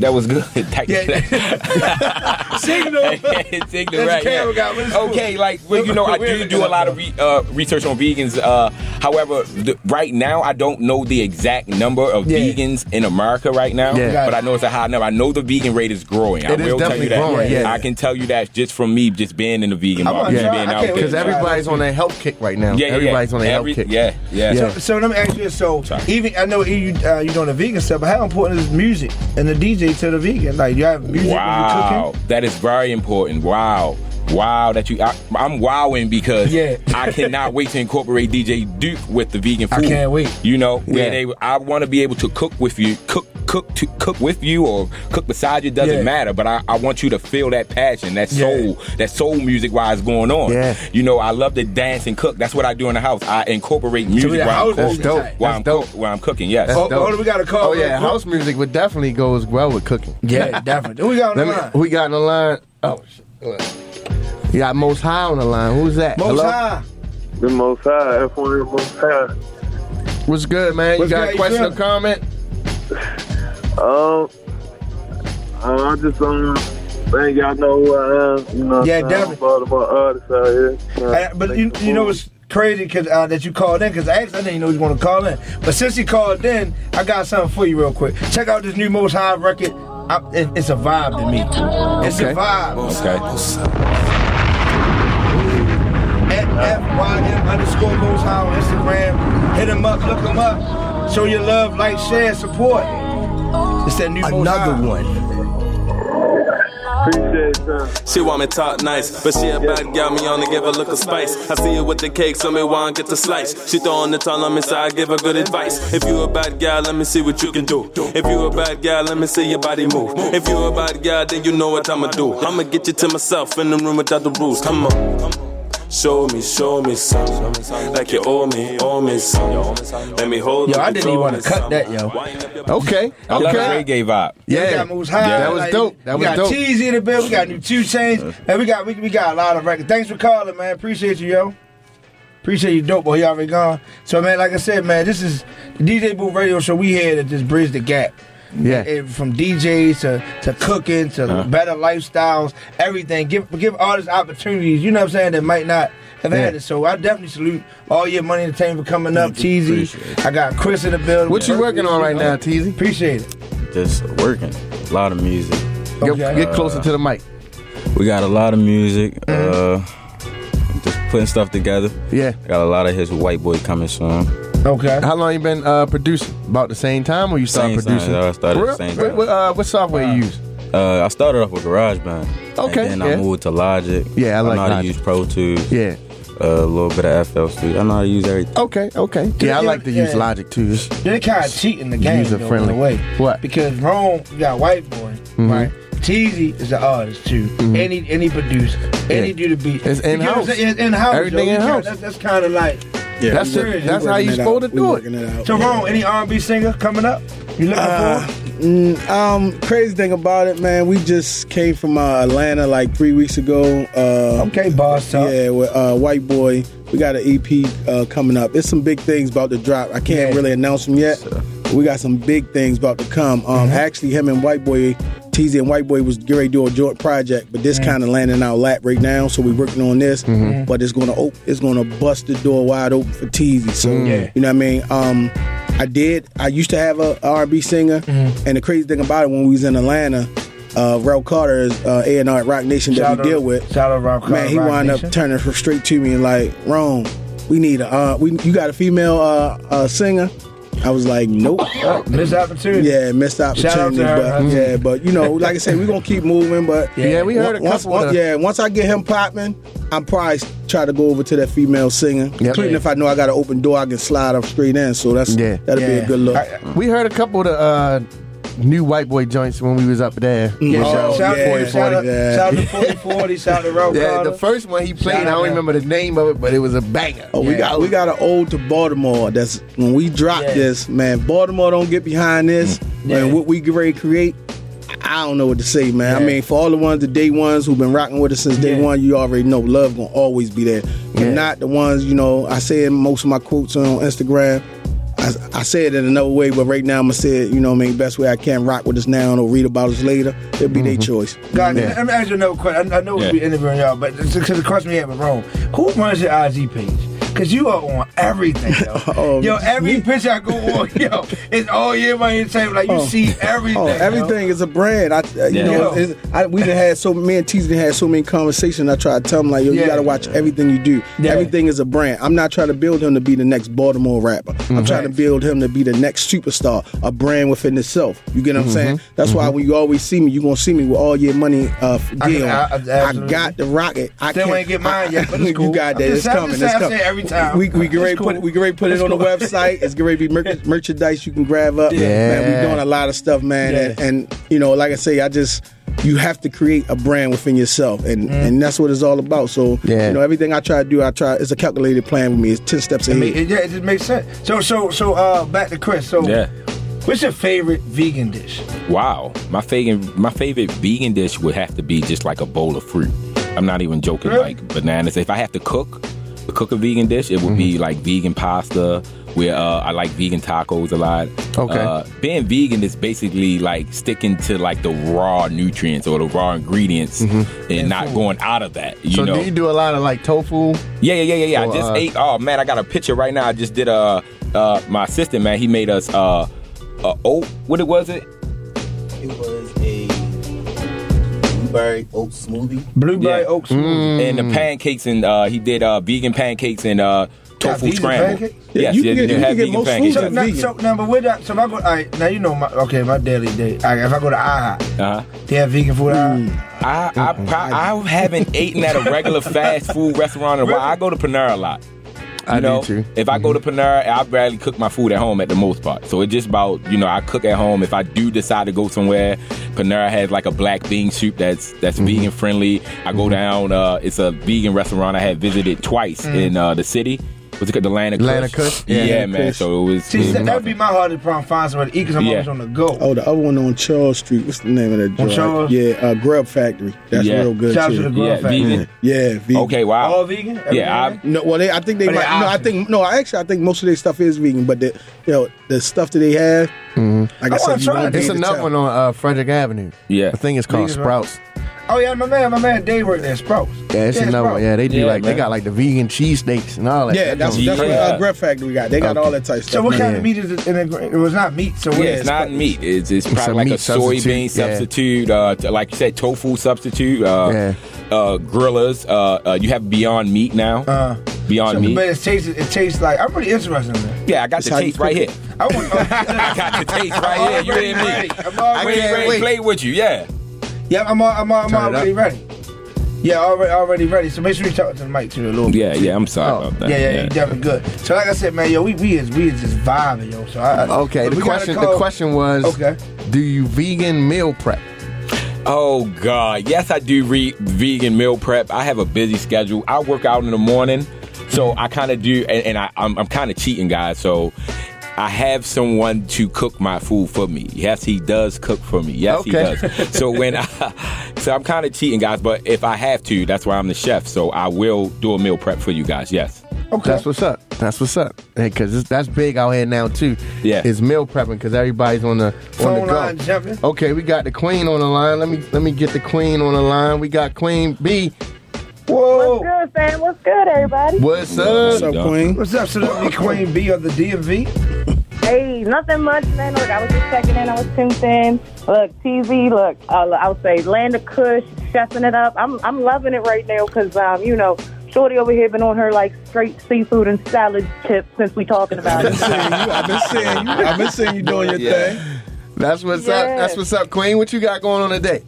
That was good. Thank you.
Yeah. Signal.
Take the
That's
right,
the
yeah.
camera guy, but it's cool.
Okay, like well, you know, I do do a lot of re, uh, research on vegans. Uh, however, the, right now I don't know the exact number of
Yeah.
vegans in America right now,
Yeah.
but I know it's a high number. I know the vegan rate is growing. I
It is
will tell
definitely
you that.
growing, yeah.
I can tell you that just from me just being in the vegan
I wanna
market,
try-
being
I
out
can't
there.
wait
Because
to try
everybody's on their health kick right now.
yeah, yeah,
everybody's on their
Every-
health kick.
Yeah, yeah.
Yeah.
So let me ask you this: So
Sorry.
even I know you uh, you doing the vegan stuff, but how important is music and the DJ to the vegan? Like you have music when you're
Wow,
cooking.
that is very important. Wow, wow, that you. I, I'm wowing because
Yeah.
I cannot wait to incorporate DJ Duke with the vegan
I
food.
can't wait.
You know, where
Yeah.
they, I want to be able to cook with you, cook, cook, to cook with you, or cook beside you. Doesn't
Yeah.
matter. But I, I want you to feel that passion, that
Yeah.
soul, that soul music. Why is going on?
Yeah.
You know, I love to dance and cook. That's what I do in the house. I incorporate music
we a
while I'm
house
That's
cooking.
music.
dope.
That's
While
That's
I'm,
dope.
cook, while I'm cooking, yes.
That's
Oh,
dope.
oh, we got a call
Oh
real
yeah,
quick.
house music would definitely goes well with cooking.
Yeah, definitely. Who we got on the line?
Let me, we got on the line. Oh shit. You got most high on the line. Who's that?
Most High.
The most high, F1 the most high.
What's good, man?
What's
you got
good?
a
You
question or
feeling?
comment?
Um, I just um, think y'all know who I am. You know, what
Yeah,
I'm saying?
definitely.
I'm Baltimore artist out here.
I- Uh, but you, you know what's crazy 'cause, uh, that you called in because I asked I didn't know you want to call in. But since you called in, I got something for you real quick. Check out this new Most High record. I, it, it's a vibe to me. It's a
Okay.
vibe.
okay.
At FYM underscore Most High on Instagram. Hit him up, look him up. Show your love, like, share, and support. It's that new Most High.
Another one.
Appreciate y'all.
She want me talk nice, but she a bad gal, me only give a look of spice. I see her with the cake, so me want get the slice. She throwing the tall on me, so I give her good advice. If you a bad gal, let me see what you can do. If you a bad gal, let me see your body move. If you a bad gal, then you know what I'ma do. I'ma get you to myself in the room without the rules. Come on. Show me, show me something. Like you owe me, owe me something. Let me hold
Yo,
up
I
and
didn't even
throw
want
me
to cut that,
something.
yo.
Wind up your-
Okay.
I love
okay.
the reggae vibe.
We
Yeah.
got Moose High.
that was
like,
dope. That
we got
was dope. Uh-huh.
Teezy in the bed. We got new two chains. And we got we, we got a lot of records. Thanks for calling, man. Appreciate you, yo. Appreciate you, dope boy. You already gone. So man, like I said, man, this is the DJ Booth Radio Show. We here to just bridge the gap.
Yeah. Uh-huh.
And from DJs to, to cooking to better lifestyles, everything. Give give artists opportunities. You know what I'm saying? That might not have had it. So I definitely salute all your money entertainment for coming up, Teasy. I got Chris in the building.
Mm, What you working on right now, Teasy?
Appreciate it.
Just working. A lot of music.
Get, get closer to the mic.
We got a lot of music. Uh, just putting stuff together.
Mm-hmm. Yeah.
Got a lot of his white boy coming soon.
Okay.
How long you been uh, producing? About the same time when you started
Same time,
producing?
I started
For
at
real?
the same
What-
time.
What, uh, what software you use?
Uh, I started off with GarageBand.
Okay,
And then
yeah.
I moved to Logic.
Yeah, I like
know how to
Logic.
use Pro Tools. Uh,
Yeah.
A little bit of FL Studio. I know how to use everything.
Okay, okay.
Yeah,
Yeah, I
yeah,
like to use
yeah.
Logic too. It's-
They're kind of cheating the game though, in
User-friendly.
a way.
What? Mm-hmm.
Because Rome you got white boy, right? Teasy is an artist too. Any any producer, any
Yeah.
dude to beat.
It's in-house.
In house.
Everything in-house.
That's, that's kind of like.
Yeah,
That's
we
the-
working- we
that's how
working
you
it
supposed
out.
to
We
do it.
working out.
So Rome, any R and B singer coming up? You looking
Uh,
for?
mm, um, crazy thing about it, man. We just came from uh, Atlanta like three weeks ago. Uh,
Okay, boss talk.
Yeah, with uh, White Boy. We got an EP uh, coming up. There's some big things about to drop. I can't
Yeah.
really announce them yet. We got some big things about to come.
Mm-hmm.
Um, Actually, him and White Boy, TZ and White Boy was getting ready to do a joint project, but
Mm.
this kind of landing our lap right now. So we're working on this,
Mm-hmm.
but it's gonna op- it's gonna bust the door wide open for TZ. So
Mm. Yeah.
you know what I mean. Um, I did. I used to have a R&B singer,
Mm-hmm.
and the crazy thing about it when we was in Atlanta. Uh, Rel Carter is uh, A&R at Rock Nation that
Shout
we
out-
deal with.
shout out Rel Carter,
Man, he
Rock
wound up
Nation.
turning her straight to me and like, Rome, we need a uh, we you got a female uh, uh, singer. I was like, nope.
Oh, Miss opportunity.
Yeah, missed
Shout out
opportunity,
to her,
but
huh?
yeah, but you know, like I said, we're gonna keep moving. But
Yeah.
Yeah, we heard a
once,
couple
once-
of the-
yeah, once I get him popping, I'm probably s- try to go over to that female singer. Including if I know I got an open door, I can slide up straight in. So that's
Yeah.
that'll be
Yeah.
a good look.
I-
We heard a couple of the uh, new white boy joints when we was up there. Uh,
Yeah,
Oh,
shout, shout,
yeah.
yeah, shout, out,
Yeah.
shout out to 4040, shout out to Ralph
Yeah,
Carter.
the first one he played,
Shout
I
out,
don't
man.
remember the name of it, but it was a banger.
Oh, we
Yeah.
got we got an ode to Baltimore. That's when we drop
Yeah. Mm.
this, man. Baltimore don't get behind this,
Yeah.
and what we get ready to create. I don't know what to say, man.
Yeah.
I mean, for all the ones, the day ones who've been rocking with us since day
Yeah.
one, you already know love gonna always be there. If
Yeah.
not the ones, you know, I say in most of my quotes on Instagram. I, I say it in another way, but right now I'm gonna say it, you know, what I mean, best way I can rock with us now or read about us later. It'll be
Mm-hmm.
their choice.
God, let me ask you another question. I, I know
Yeah.
we interviewing y'all, but because the question we have is wrong. Who runs your IG page? Cause you are on everything, yo.
Oh,
yo, every picture I go on, yo, it's all your money entertainment. Like you
Oh.
see everything.
Oh, everything is a brand. I, uh, you
Yeah.
know,
Yeah.
it's- I, we done had so me and T's done had so many conversations. I try to tell him like, yo,
Yeah.
you gotta watch everything you do.
Yeah.
Everything is a brand. I'm not trying to build him to be the next Baltimore rapper.
Mm-hmm.
I'm trying to build him to be the next superstar, a brand within itself. You get what I'm saying?
Mm-hmm.
That's why when you always see me, you gonna see me with all your money. Uh, f-
I can-
deal.
I- I-
I,
absolutely.
got the rocket. I
Still
can't
ain't get mine yet, but it's cool.
you got that.
I'm
It's
just- I'm
coming.
just
It's
saying, I
coming.
say every time.
We we can
It's
already put
cool.
it- we can already put it
It's
on the
cool.
website. It's gonna be merch- merchandise you can grab up. Man, we doing a lot of stuff, man.
Yeah.
And, and you know, like I say, I just you have to create a brand within yourself, and
Mm-hmm.
and that's what it's all about. So
Yeah.
you know, everything I try to do, I try. It's a calculated plan with me. It's ten steps
I
ahead.
mean, it- yeah, it just makes sense. So, so, so, uh, back to Chris. So,
Yeah.
what's your favorite vegan dish?
Wow, my favorite my favorite vegan dish would have to be just like a bowl of fruit. I'm not even joking.
Really?
Like bananas. If I have to cook, cook a vegan dish, it would be
Mm-hmm.
like vegan pasta. Where uh, I like vegan tacos a lot.
Okay.
Uh, being vegan is basically like sticking to like the raw nutrients or the raw ingredients and, not going out of that. You
Mm-hmm. so
know.
do you do a lot of like tofu?
Yeah, yeah, yeah, yeah. yeah.
Or,
I just
uh,
ate. Oh man, I got a picture right now. I just did a. Uh, my assistant, man, he made us uh, a oat. What it was it?
It was a blueberry oat smoothie.
Blueberry
Yeah.
Mm.
oat smoothie.
And the pancakes and uh, he did uh, vegan pancakes and uh,
Got
tofu
vegan
scramble.
pancakes?
Yeah,
Yes,
you
you,
can get-
you
you
have
can get
vegan
most
pancakes.
So
foods
now,
vegan.
so now, but with that, so if I go, all right, now you know my okay, my daily day. All right, if I go to IHOP,
Uh-huh.
they have vegan food. at
Mm.
IHOP?
I I, pro- I haven't eaten at a regular fast food restaurant in a while. I go to Panera a lot.
I
You know,
do too.
if I go to Panera, I barely cook my food at home at the most part. So it's just about you know I cook at home. If I do decide to go somewhere, Panera has like a black bean soup that's that's vegan friendly. I go down. Uh, it's a vegan restaurant I had visited twice in uh, the city. Was it called Atlanta?
Atlanta Kush?
Yeah,
Yeah,
man.
Kush.
So it was. mm-hmm.
See,
it was
that would
nothing.
be my hardest problem finding somewhere to eat because I'm
Mm. Yeah.
always on the go.
Oh, the other one on Charles Street. What's the name of that
On
joint?
Charles?
Yeah, uh, Grub Factory. That's
Yeah.
real good
Shout out
too.
to the Grub
yeah,
Factory.
vegan.
yeah, vegan.
Okay, wow.
All vegan? Everything
Yeah, I,
vegan?
No, well, they, I think they
Are they
might. No, I
options?
think no. I Actually, I think most of their stuff is vegan, but the you know the stuff that they have,
I
like I,
wanna
said, you
try
won't
it.
Mm-hmm.
be
It's
able to
another
tell.
one on uh, Frederick Avenue.
Yeah.
I think it's called
Vegan, right?
Sprouts.
Oh yeah, my man, my man, Dave worked there. Sprouts.
Yeah, it's another one.
Sprouts.
Yeah, they do
Yeah,
like
man.
they got like the vegan cheesesteaks and all that.
Yeah, that's
Yeah.
that's what uh, Grub Factory got. They got all that type of
So
stuff.
what
now.
kind of meat is it? In the, it was not meat. So what
Yeah,
is
it's not meat. It's, it's probably
a
like a
meat substitute,
soybean
yeah.
substitute, uh, t- like you said, tofu substitute. Uh,
Yeah.
uh, grillers. Uh, uh, you have Beyond Meat now.
Uh,
Beyond Meat.
But it tastes. It tastes like I'm really interested in that.
yeah, I got
It's
the
how you
taste right
cook
here.
it.
I want.
I got the taste right here. You hear me?
I'm
I
already
ain't
ready.
ready to play with you. Yeah.
Yeah, I'm. al- I'm. al- I'm
Turn it
already
up.
ready. Yeah, already already ready. So make sure you talk to the mic too a little bit.
Yeah, yeah. I'm sorry
Oh.
about
Yeah,
that.
yeah, you definitely good. So like I said, man, yo, we we is we is just vibing, yo. So I, I-
Okay.
but
The
we gotta
question.
call-
The question was.
Okay.
Do you vegan meal prep?
Oh God, yes, I do re- vegan meal prep. I have a busy schedule. I work out in the morning, so I kind of do, and, and I, I'm, I'm kind of cheating, guys. So I have someone to cook my food for me. Yes, he does cook for me. Yes,
Okay.
he does. So when, I, so I'm kind of cheating, guys. But if I have to, that's why I'm the chef. So I will do a meal prep for you guys. Yes.
Okay.
That's what's up. That's what's up. Because that's big out here now too.
Yeah.
It's meal prepping because everybody's on the on
Phone
the go. Oh.
line jumping.
Okay, we got the queen on the line. Let me let me get the queen on the line. We got Queen B.
Whoa.
What's good, fam? What's good, everybody?
What's up?
What's up,
Yeah.
Queen?
What's up, Celebrity Queen B of the DMV?
Hey, nothing much, man. Look, I was just checking in. I was tuned in. Look, TV. Look, uh, look, I would say Land of Kush, chefing it up. I'm I'm loving it right now because um, you know, Shorty over here been on her like straight seafood and salad tips since we talking about it.
I've been seeing you. I've been seeing you doing your thing.
That's what's up.
Yeah.
That's what's up, Queen. What you got going on today?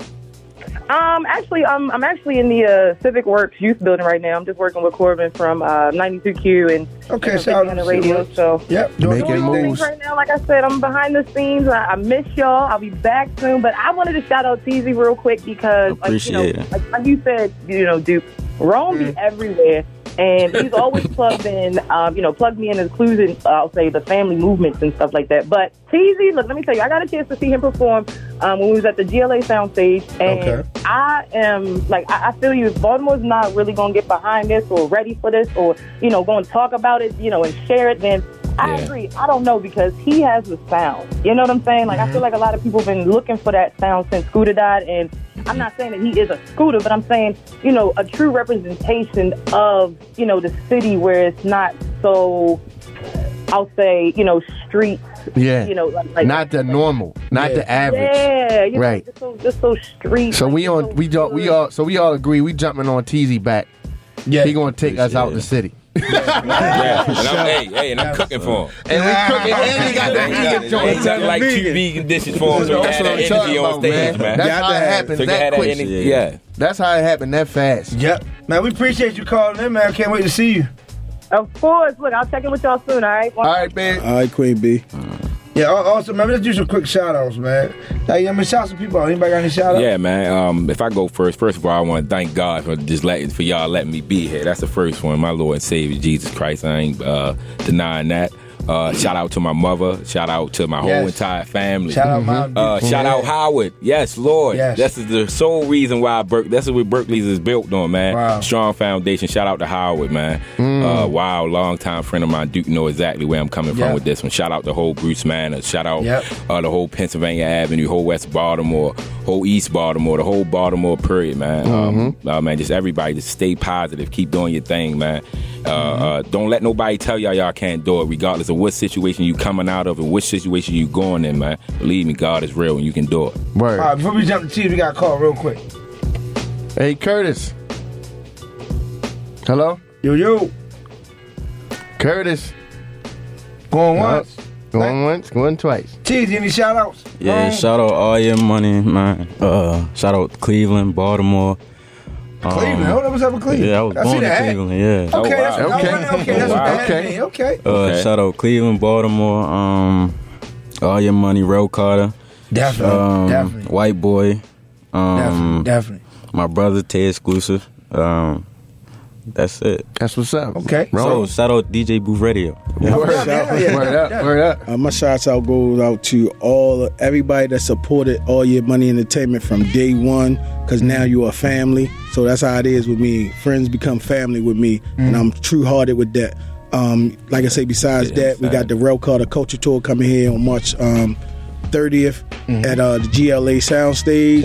Um, actually, I'm I'm actually in the uh, Civic Works Youth Building right now. I'm just working with Corbin from uh, 92Q and
Okay,
and
shout out
on
to
the radio.
Civic Works.
So
Yep.
Making
doing
doing
things.
things right now. Like I said, I'm behind the scenes. I, I miss y'all. I'll be back soon. But I wanted to shout out Teasy real quick because, like,
Appreciate
you know,
it. Mm.
like, like you said, you know, Duke, Rome be everywhere. And he's always plugged in, um, you know, plugged me in, including, uh, I'll say, the family movements and stuff like that. But Teasy, look, let me tell you, I got a chance to see him perform um, when we was at the GLA Soundstage. And
Okay.
I am like I, I feel you. If Baltimore's not really gonna get behind this or ready for this or you know going to talk about it, you know, and share it, then I
Yeah.
agree. I don't know because he has the sound. You know what I'm saying? Like I
Mm-hmm.
feel like a lot of people have been looking for that sound since Scooter died, and I'm not saying that he is a Scooter, but I'm saying you know a true representation of you know the city where it's not so. I'll say, you know, streets.
Yeah.
You know, like, like
not the normal, not the average.
yeah, you know,
Right.
Just so, just so street.
So
like,
we
just
on
so
we all we
good.
all so we all agree we jumping on TZ back.
Yeah.
He gonna take us out the city.
Yeah. And I'm, hey, hey, and I'm cooking for him.
And we cooking and we got the vegan joint.
Ain't nothing like two vegan dishes for him. So
That's
add
what I'm
that energy
talking
on
about,
stage,
man.
man.
That's
Got
how
to
it
have it.
happened
So you
that
had that
quick.
energy. Yeah.
That's how it happened that fast.
Yep. Man, we appreciate you calling in, man. I can't wait to see you.
Of course. Look, I'll check in with y'all soon, all right?
All right, man.
All right, Queen B.
Yeah, al- also, man, let's do some quick shout outs, man. Like, I mean, shout some people out. Anybody got any shout outs?
Yeah, man. Um, if I go first, first of all, I want to thank God for just letting for y'all letting me be here. That's the first one. My Lord and Savior Jesus Christ. I ain't uh, denying that. Uh, shout out to my mother. Shout out to my whole
Yes.
entire family.
Shout out my
Uh,
people.
shout out
Yeah.
Howard. Yes, Lord.
Yes.
This is the sole reason why Berk- that's what Berkeley's is built on, man.
Wow. Mm.
Strong foundation. Shout out to Howard, man. Uh, wow, long time friend of mine. Duke know exactly where I'm coming
Yeah.
from with this one. Shout out the whole Bruce Manor. Shout out
Yep.
uh, the whole Pennsylvania Avenue, whole West Baltimore, whole East Baltimore, the whole Baltimore period, man.
Mm-hmm.
Um, uh, man, just everybody, just stay positive. Keep doing your thing, man. Uh, uh, don't let nobody tell y'all y'all can't do it, regardless of what situation you coming out of and what situation you going in, man. Believe me, God is real and you can do it.
All
Word.
right, before we jump to Chiefs, we got a call real quick.
Hey, Curtis. Hello,
Yo, yo.
Curtis.
Going once.
Going once, going twice.
Cheesy, any shout outs?
Yeah, uh, shout out all your money, man. Uh, shout out Cleveland, Baltimore. Um,
Cleveland. Hold up, what's up with Cleveland?
Yeah, I was
see
born
the
in
hat.
Cleveland. Yeah.
Okay,
Oh,
that's
wow.
okay.
Okay.
okay, that's
Oh,
what
wow.
the hat
Okay.
mean. Okay.
Uh,
Okay.
Shout out Cleveland, Baltimore. Um, all your money, Rail Carter.
Definitely,
Um,
definitely,
White boy. Um,
definitely, definitely.
My brother Tay exclusive. Um, that's it.
That's what's up.
Okay.
Roll.
So shout out DJ Booth Radio.
word,
Yeah, yeah, yeah.
word up. Word up.
Uh, my shout out goes out to all everybody that supported All Your Money Entertainment from day one, because now you are family. So that's how it is with me. Friends become family with me,
Mm.
and I'm true hearted with that. Um, like I say, besides
Yeah,
that, we got the Rail Carter Culture Tour coming here on March um, 30th at uh, the GLA Soundstage.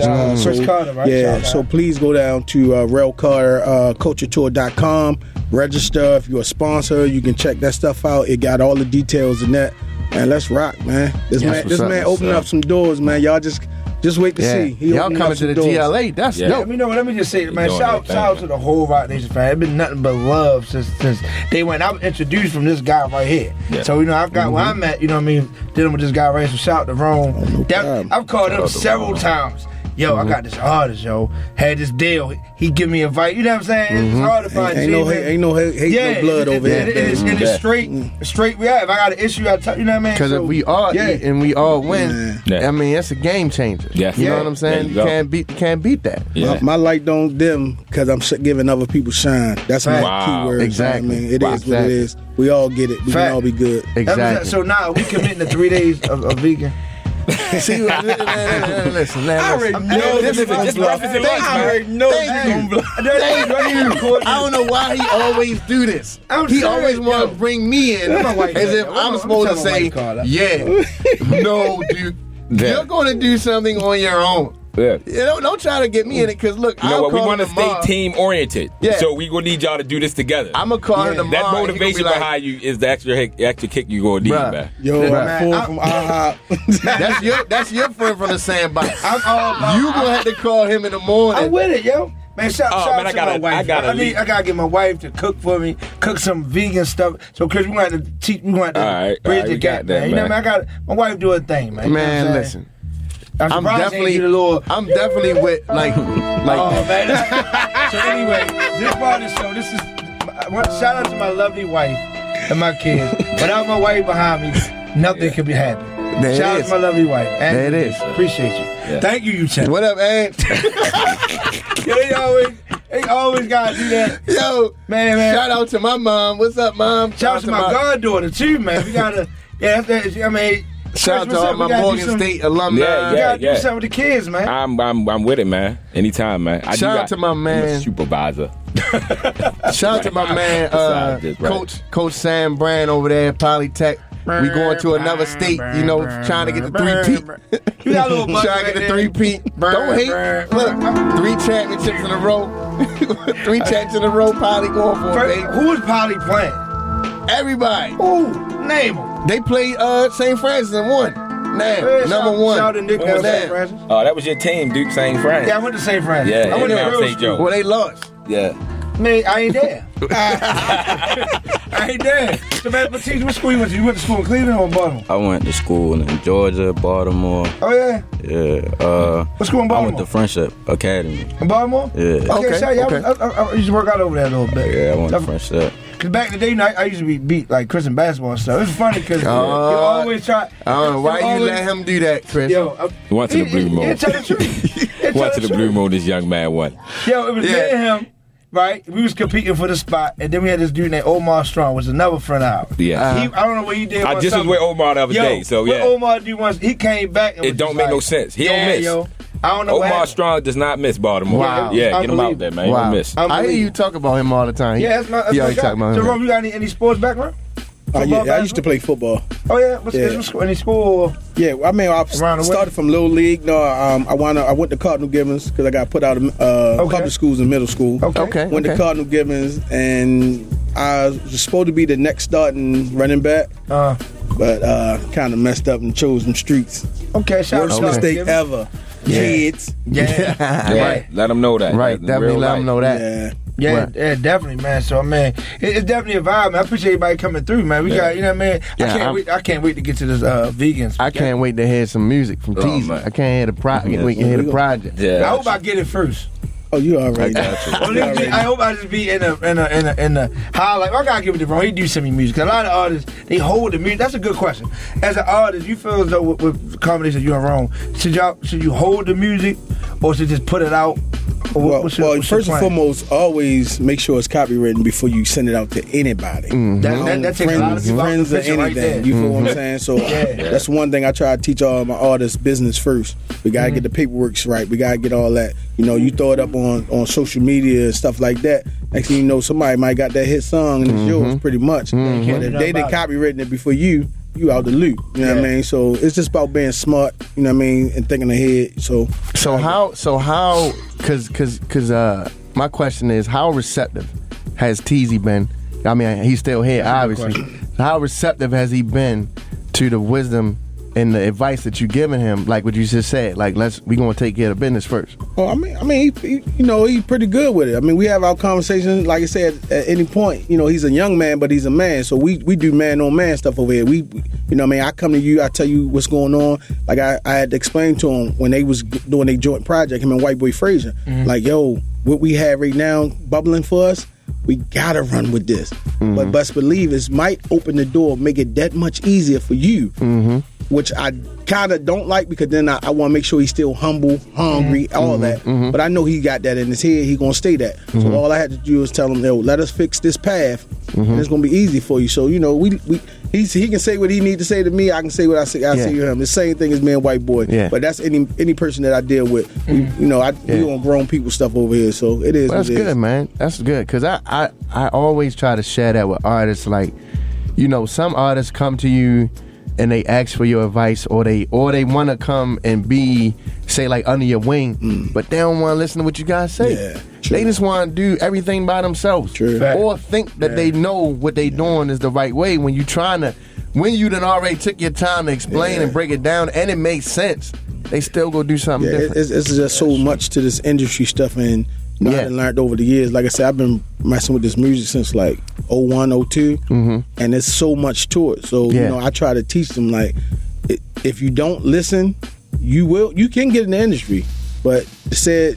Mm-hmm. Shout out
Uh,
to Chris Carter, right?
Yeah,
Shout out.
so please go down to uh, railcarterculturetour.com, register. If you're a sponsor, you can check that stuff out. It got all the details in that. And let's rock, man. This
Yeah, that's
man, this
what's up,
man
that's
opened
up.
up some doors, man. Y'all just just wait to
Yeah.
see. He
Y'all
opened
coming
up
to the
some doors.
GLA. That's Yeah. dope.
Let me know. Let me just say, man.
doing
Shout, out-
their
shout out to the whole Rock Nation fan. It's been nothing but love since since day one. I was introduced from this guy right here.
Yeah.
So you know, I've got where I'm
Mm-hmm.
at. You know what I mean? Dealing with this guy right. here. So shout out to Rome. That- I've called him several times. Yo,
Mm-hmm.
I got this artist, yo. Had this deal. He give me a invite. You know what I'm saying? It's
Mhm.
hard to find.
Ain't- ain't no
G,
hate-
man.
ain't no hate- hate, no
Yeah,
blood
it-
over
it-
here. Mm.
It is it is
Yeah.
straight, straight. Yeah, if I got an issue, I tell you know what I mean.
Because if
So,
we all
yeah.
eat and we all win, I mean that's a game changer.
Yeah.
You know
Yeah.
what I'm
There
saying?
you
You,
go.
can't beat you can't beat that.
My, my light don't dim because I'm sh- giving other people shine. That's my
Wow.
key word.
Exactly.
You know what I mean? It
Wow.
is what it
Exactly.
is. We all get it. We
Fact.
can all be good.
That was it. So now we committing to three days of, of vegan.
See, listen, listen,
I already know
this
this
is
is
just
block.
breakfast and lunch, man. Thank you. Thank you. I don't know why he always do this.
I'm
he
sorry,
always want to bring me in
I'm a white
as
guy.
if
I'm
I'm,
a- I'm
supposed to
telling a
say,
white card.
yeah, no, dude. You're going to do something on your own.
Yeah.
You know, don't try to get me in it because look,
You know
I'll
what? We
call
want to
him tomorrow.
stay team oriented.
Yeah.
So we gonna need y'all to do this together. I'm
gonna call him
That
tomorrow, and he gonna be
motivation
like-
behind you is the extra hick- extra kick you gonna need,
Bruh.
man.
Yo, I'm Bruh. full
from IHOP.
that's your that's your friend from the sandbox.
I'm all about-
you gonna have to call him in the morning.
Um, I'm with it, yo. Man, shout,
Oh,
shout
man,
out
I
to
gotta-
my wife.
I gotta
I, need,
leave.
I gotta get my wife to cook for me, cook some vegan stuff. So, Chris, we gonna have to teach. We gonna have to
All right, all
bridge
right,
the
we got
gap,
that,
man. You know what I
man.
mean? I got my wife do her thing, man. You know what
Man,
I'm saying?
listen.
I'm
I'm
surprised
definitely,
ain't do the Lord.
I'm definitely with like, like.
Oh man. so anyway, this part of the show, this is I want- shout out to my lovely wife and my kids. Without my wife behind me, nothing could be happening.
There it
shout out
is.
to my lovely wife. And
There it is.
Appreciate you. Thank you, you chat.
What up, man?
Yeah, they always, they always gotta do that.
Yo,
man, man.
Shout out to my mom. What's up, mom?
Shout out to my goddaughter too, man. We gotta, yeah, that's, that- I mean.
Shout out
Chris,
to
what's
all
up?
my
We gotta do
Morgan
something-
State alumni.
Yeah,
We
yeah,
gotta
yeah.
do something with the kids, man.
I'm I'm I'm with it, man. Anytime, man. I do
Shout out
got-
to my
I'm
man.
a supervisor.
Shout out to my man, uh,
Besides this, right.
Coach Coach Sam Brand over there at Polytech. We going to another state, you know, trying to get the three peat.
You got a little buzz
trying to
right
get the
there.
three peat. Don't hate. Look, three championships in a row. three championships in a row. Poly going for
First,
it, baby.
who is Polly playing?
Everybody.
Ooh, name them.
They played uh, St. Francis and won. Now,
Yeah,
number
shout-
one.
shout out to Nick
Now.
and St. Francis.
Oh, that was your team, Duke St. Frank.
Yeah, I went to St. Francis.
Yeah,
I went to
in Mount
real
St. Joe.
school.
Well, they lost.
Yeah.
Man, I ain't there. I ain't there. So, man, but teach, what school you went to? You went to school in Cleveland or Baltimore?
I went to school in Georgia, Baltimore.
Oh, yeah.
Yeah. Uh,
What school in
I went
Baltimore?
to Friendship Academy.
In Baltimore?
Yeah.
Okay,
Okay,
shout out.
okay.
I, was- I, I, I used to work out over there a little bit.
Yeah, I went to Friendship.
Cause back in the day, you know, I, I used to be beat like Chris in basketball and stuff. It's funny because
Oh.
you always try.
I don't know why you
always-
let him do that, Chris.
Yo, I,
Went to the
He-
blue
he-
moon.
he tell the
Went to the blue moon. This young man won.
Yo, it was
Yeah.
me and him, right? We was competing for the spot, and then we had this dude named Omar Strong, was another friend of ours.
Yeah.
Uh,
He- I don't know what he did.
I
one
just was
summer.
with Omar the other
yo,
day, so
what
yeah.
Omar do once he came back. And
It
was
don't
just
make
like,
no sense. He
yeah,
don't miss.
Yo, I don't know. what
Omar
happened.
Strong does not miss Baltimore.
Wow.
Yeah, get him out there, man. He
Wow.
don't miss.
I hear you talk about him all the time.
Yeah, that's my. That's
yeah,
my
you
guy.
talk about
So,
him.
Rome, you got any, any sports background?
Oh,
Football
yeah, I used to
background?
play football.
Oh yeah, what's,
Yeah.
what's- any school?
Yeah, well, I mean, I started from little league. No, um, I wanna, I went to Cardinal Gibbons because I got put out of uh, public schools in middle school.
Okay. Okay,
Went
okay.
to Cardinal Gibbons, and I was supposed to be the next starting running back,
Uh,
but uh, kind of messed up and chose them streets.
okay, shout
Worst
out to
mistake
Gibbons.
ever.
Yeah.
Kids.
Yeah.
Yeah,
Right.
Let him know that.
Right,
That's
definitely
real
let him
life.
know that.
Yeah,
Right.
yeah, definitely, man. So, man, it, it's definitely a vibe. Man. I appreciate everybody coming through, man. We
Yeah.
got, you know, what I mean,
Yeah,
I can't,
I'm-
wait, I can't wait to get to this uh, vegans.
I can't wait to hear some music from
Oh,
Teaser.
man.
I can't hear the pro- I can't wait to
Yeah.
hear the project.
I hope I get it first.
Oh, you already
Or at least I hope I just be in a in a in a, in a highlight. I gotta give it to Ron. He do send me music. 'Cause a lot of artists they hold the music. That's a good question. As an artist, you feel as though with, with combination you and Ron, should y'all should you hold the music or should just put it out? Or
Well,
what's your-
well
what's your
first and
plan?
foremost, always make sure it's copywritten before you send it out to anybody.
That- that- that takes a lot of
friends,
people out the
friends or
picture
anything.
right there.
you feel what
Mhm.
I'm saying? So
Yeah.
that's one thing I try to teach all my artists: business first. We gotta
Mm-hmm.
get the paperwork right. We gotta get all that. You know, you throw it up on on social media and stuff like that. Next thing you know, somebody might got that hit song and it's yours pretty much. But
Mm-hmm. can't do nothing
if they didn't
about
copywritten it before you, you out the loop. You know what I mean? So it's just about being smart. You know what I mean? And thinking ahead. So
So how? So how? Cause, cause, cause. Uh, my question is, how receptive has Teasy been? I mean, he's still here,
That's a good
obviously. How receptive has he been to the wisdom and the advice that you giving him? Like what you just said. Like, let's we gonna take care of business first.
Well, Oh, I mean, I mean, he, he, you know, he's pretty good with it. I mean, we have our conversation. Like I said, at any point, you know, he's a young man, but he's a man. So we we do man on man stuff over here. We, we- you know, what I mean, I come to you, I tell you what's going on. Like I, I had to explain to him when they was doing their joint project, him and White Boy Frazier.
Mhm.
Like, yo, what we have right now bubbling for us, we gotta run with this. But best believe it might open the door, make it that much easier for you. Which I kind of don't like because then I, I want to make sure he's still humble, hungry,
Mm-hmm.
all that. But I know he got that in his head. He gonna stay that.
Mhm.
Mm-hmm.
So all I had to do was tell him, "Yo, let us fix this path,
Mhm.
Mm-hmm.
and it's gonna be easy for you." So you know, we we he's, he can say what he need to say to me. I can say what I say. I
Yeah.
say to him. The same thing as me and white boy.
Yeah. Mm-hmm.
But that's any any person that I deal with. We, you know, I
Yeah.
we on grown people stuff over here, so it is.
Well, that's
what it is.
good, man. That's good because I, I I always try to share that with artists. Like, you know, some artists come to you and they ask for your advice, or they or they want to come and be say like under your wing,
Mm.
but they don't want to listen to what you guys say. they just want to do everything by themselves,
Fact.
or think that
Yeah.
they know what they doing is the right way. When you trying to, when you done already took your time to explain and break it down, and it makes sense, they still go do something
Yeah,
different.
It's, it's just so much to this industry stuff and what I've learned over the years. Like I said, I've been messing with this music since like 01, 02,
Mm-hmm.
and there's so much to it. So,
Yeah.
you know, I try to teach them like, i- if you don't listen, you will, you can get in the industry, but said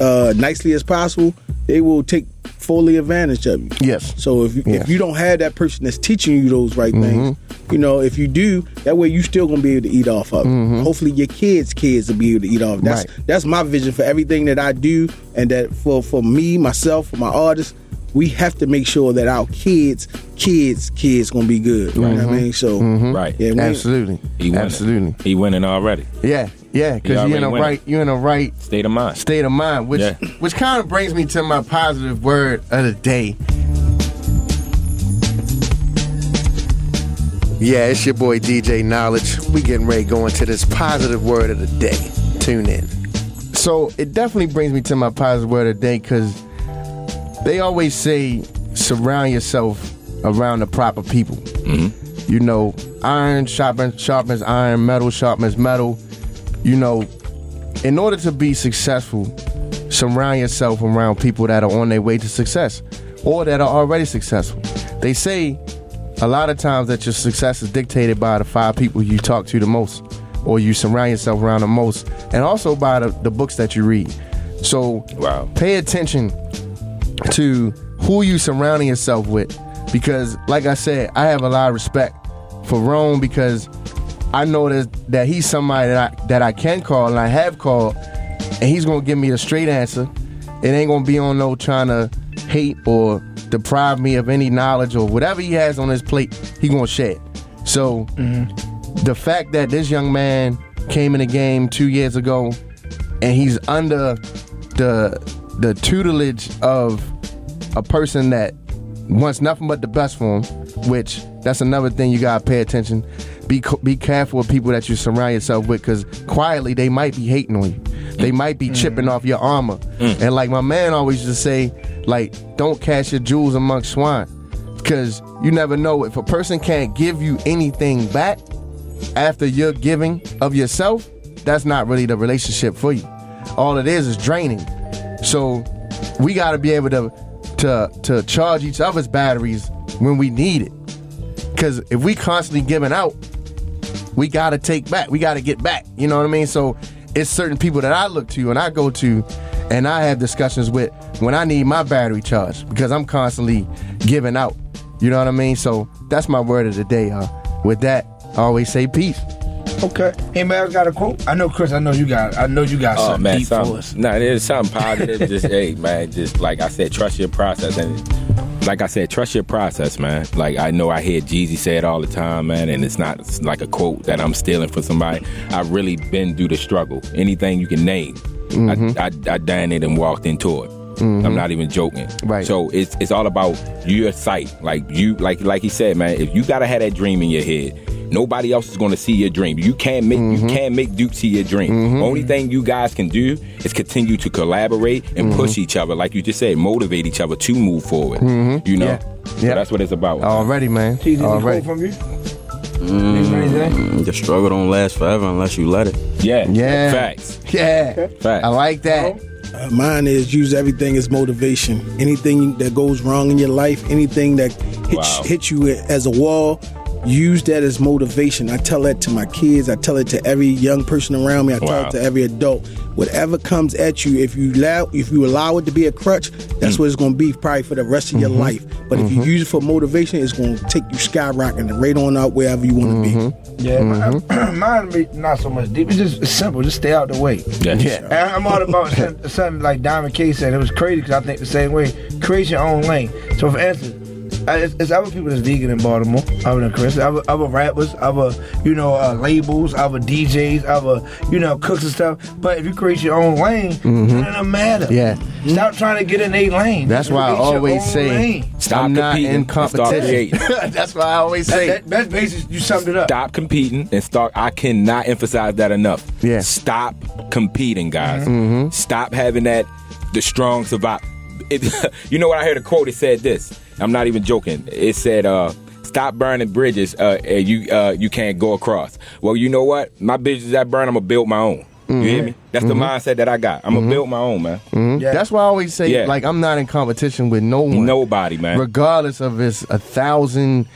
uh, nicely as possible, they will take fully advantage of you.
Yes.
So if you,
Yes.
if you don't have that person that's teaching you those right things, you know, if you do, that way you still gonna be able to eat off of. it.
Mhm.
Hopefully, your kids' kids will be able to eat off. That's that's my vision for everything that I do, and that for for me, myself, for my artists, we have to make sure that our kids, kids, kids gonna be good. You know what I mean? So
right,
yeah, we-
Absolutely.
He winning.
Absolutely.
He winning already.
Yeah, yeah,
He
because
already
you're in a
winning.
right you're in a right
state of mind.
State of mind, which
Yeah.
which kind of brings me to my positive word of the day. Yeah, it's your boy DJ Knowledge. We getting ready to go into this positive word of the day. Tune in. So it definitely brings me to my positive word of the day because they always say surround yourself around the proper people. You know, iron sharpens sharpens iron, metal sharpens metal. You know, in order to be successful, surround yourself around people that are on their way to success or that are already successful. They say a lot of times that your success is dictated by the five people you talk to the most or you surround yourself around the most and also by the, the books that you read. So pay attention to who you surrounding yourself with because like i said i have a lot of respect for rome because i know that, that he's somebody that I, that I can call and i have called and he's gonna give me the straight answer it ain't gonna be on no trying to hate or deprive me of any knowledge or whatever he has on his plate he gonna share it so the fact that this young man came in the game two years ago and he's under the the tutelage of a person that wants nothing but the best for him, which that's another thing you gotta pay attention. Be co- be careful with people that you surround yourself with, because quietly they might be hating on you. They might be chipping off your armor. And like my man always used to say, like don't cast your jewels amongst swine, because you never know if a person can't give you anything back after your giving of yourself. That's not really the relationship for you. All it is is draining. So we got to be able to to to charge each other's batteries when we need it. Cause if we constantly giving out, we got to take back. We got to get back. You know what I mean? So it's certain people that I look to and I go to and I have discussions with when I need my battery charged because I'm constantly giving out. You know what I mean? So that's my word of the day. Uh, with that, I always say peace.
Okay. Hey, man, I got a quote. I know, Chris. I know you got. I know you got
Oh
something
man,
deep for us.
something, nah, there's something positive. just hey, man, just like I said, trust your process, and like I said, trust your process, man. Like I know I hear Jeezy say it all the time, man, and it's not like a quote that I'm stealing from somebody. I've really been through the struggle. Anything you can name,
Mm-hmm.
I, I, I done it and walked into it.
Mhm.
I'm not even joking.
Right.
So it's it's all about your sight. Like you, like like he said, man. If you gotta have that dream in your head, Nobody else is going to see your dream. You can't make
Mm-hmm.
you can't make Duke see your dream.
Mhm.
Only thing you guys can do is continue to collaborate and
Mhm.
push each other, like you just said, motivate each other to move forward.
Mhm.
You know,
Yeah. Oh,
So that's what it's about.
Already, man. Already.
from you?
Mm, the struggle don't last forever unless you let it.
Yeah.
Yeah.
Facts.
Yeah.
Facts.
I like that.
Uh, mine is use everything as motivation. Anything that goes wrong in your life, anything that hits,
Wow.
hits you as a wall, use that as motivation. I tell that to my kids. I tell it to every young person around me. I tell
Wow.
it to every adult. Whatever comes at you, if you allow, if you allow it to be a crutch,
Mm.
that's what it's going to be probably for the rest of your
Mm-hmm.
Mhm.
life. But if you
Mhm.
use it for motivation, it's going to take you skyrocketing right on out wherever you want to
Mm-hmm.
be.
Yeah,
Mm-hmm.
mine be not so much deep. It's just it's simple. Just stay out the way.
Yeah.
And I'm all about something, something like Diamond K said. It was crazy because I think the same way. Create your own lane. So for instance, I, it's, it's other people that's vegan in Baltimore. Other than Chris, other, other rappers, other you know uh, labels, other DJs, other you know cooks and stuff. But if you create your own lane,
Mhm.
it doesn't matter.
Yeah.
Stop trying to get in a lane.
That's
Just
why I
create your
always
own
say
lane.
Stop
I'm not
competing
in
and start
competition.
creating.
That's why I always
That-
say
that- that's basically you summed it up.
Stop competing and start. I cannot emphasize that enough. Yeah. Stop competing, guys. Stop having that. The strong survive. It, you know what? I heard a quote. It said this. I'm not even joking. It said, uh, "Stop burning bridges. Uh, and you uh, you can't go across." Well, you know what? My bridges I burn, I'm gonna build my own. You hear me? That's the mindset that I got. I'm gonna build my own, man.
Mhm. That's why I always say,
Yeah.
like, I'm not in competition with no one.
Nobody, man.
Regardless of it's a thousand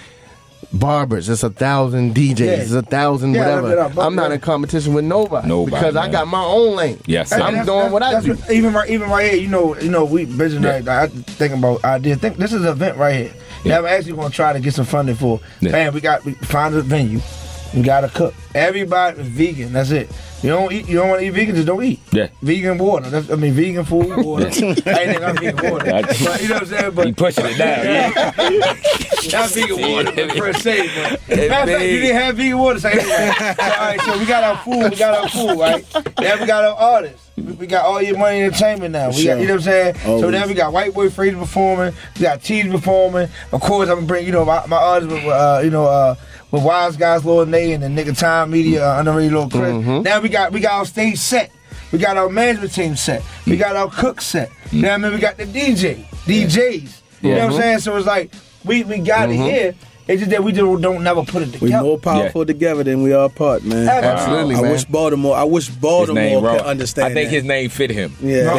barbers, it's a thousand DJs,
Yeah.
it's a thousand
Yeah, I looked it
whatever.
up.
I'm not in competition with nobody.
Nobody,
Because I
man.
got my own lane.
Yes,
And
sir.
I'm
that's-
doing what I
that's
do.
even right, even right here, you know, you know, we business
Yeah.
right. Like, I thinking about ideas. Think this is an event right here that I'm actually going to try to get some funding for.
Yeah.
Man, we got we find a venue. We got to cook. Everybody is vegan. That's it. You don't eat. You don't want to eat vegan. Just don't eat.
Yeah.
Vegan water. That's, I mean, vegan food, water. Anything I'm vegan water. But, you know what I'm saying? But
You pushing it down. Yeah.
not vegan water per se, but
Hey,
matter of fact, you
babe.
didn't have vegan water. So anyway, so, all right, so we got our food, we got our food, right? Then we got our artists. We, we got all your money entertainment now. We got, you know what I'm saying? So
Always.
then we got White Boy Freedom performing, we got Cheese performing. Of course, I'm gonna bring you know my, my artists with uh, you know uh, with Wise Guys, Lord Nay, and the Nigga Time Media, uh, underrated Lil Chris. Now we got we got our stage set. We got our management team set. We got our cook set. You know what I mean? We got the DJ, DJs. You know what I'm
Yeah.
saying? So it's like we we got
Mhm.
it here. It's just that we don't, don't never put it
We
together.
more powerful together than we are apart, man.
Absolutely,
I
man.
wish Baltimore. I wish
His name
Baltimore
wrong.
could understand.
I think
that.
his name fit him.
yeah.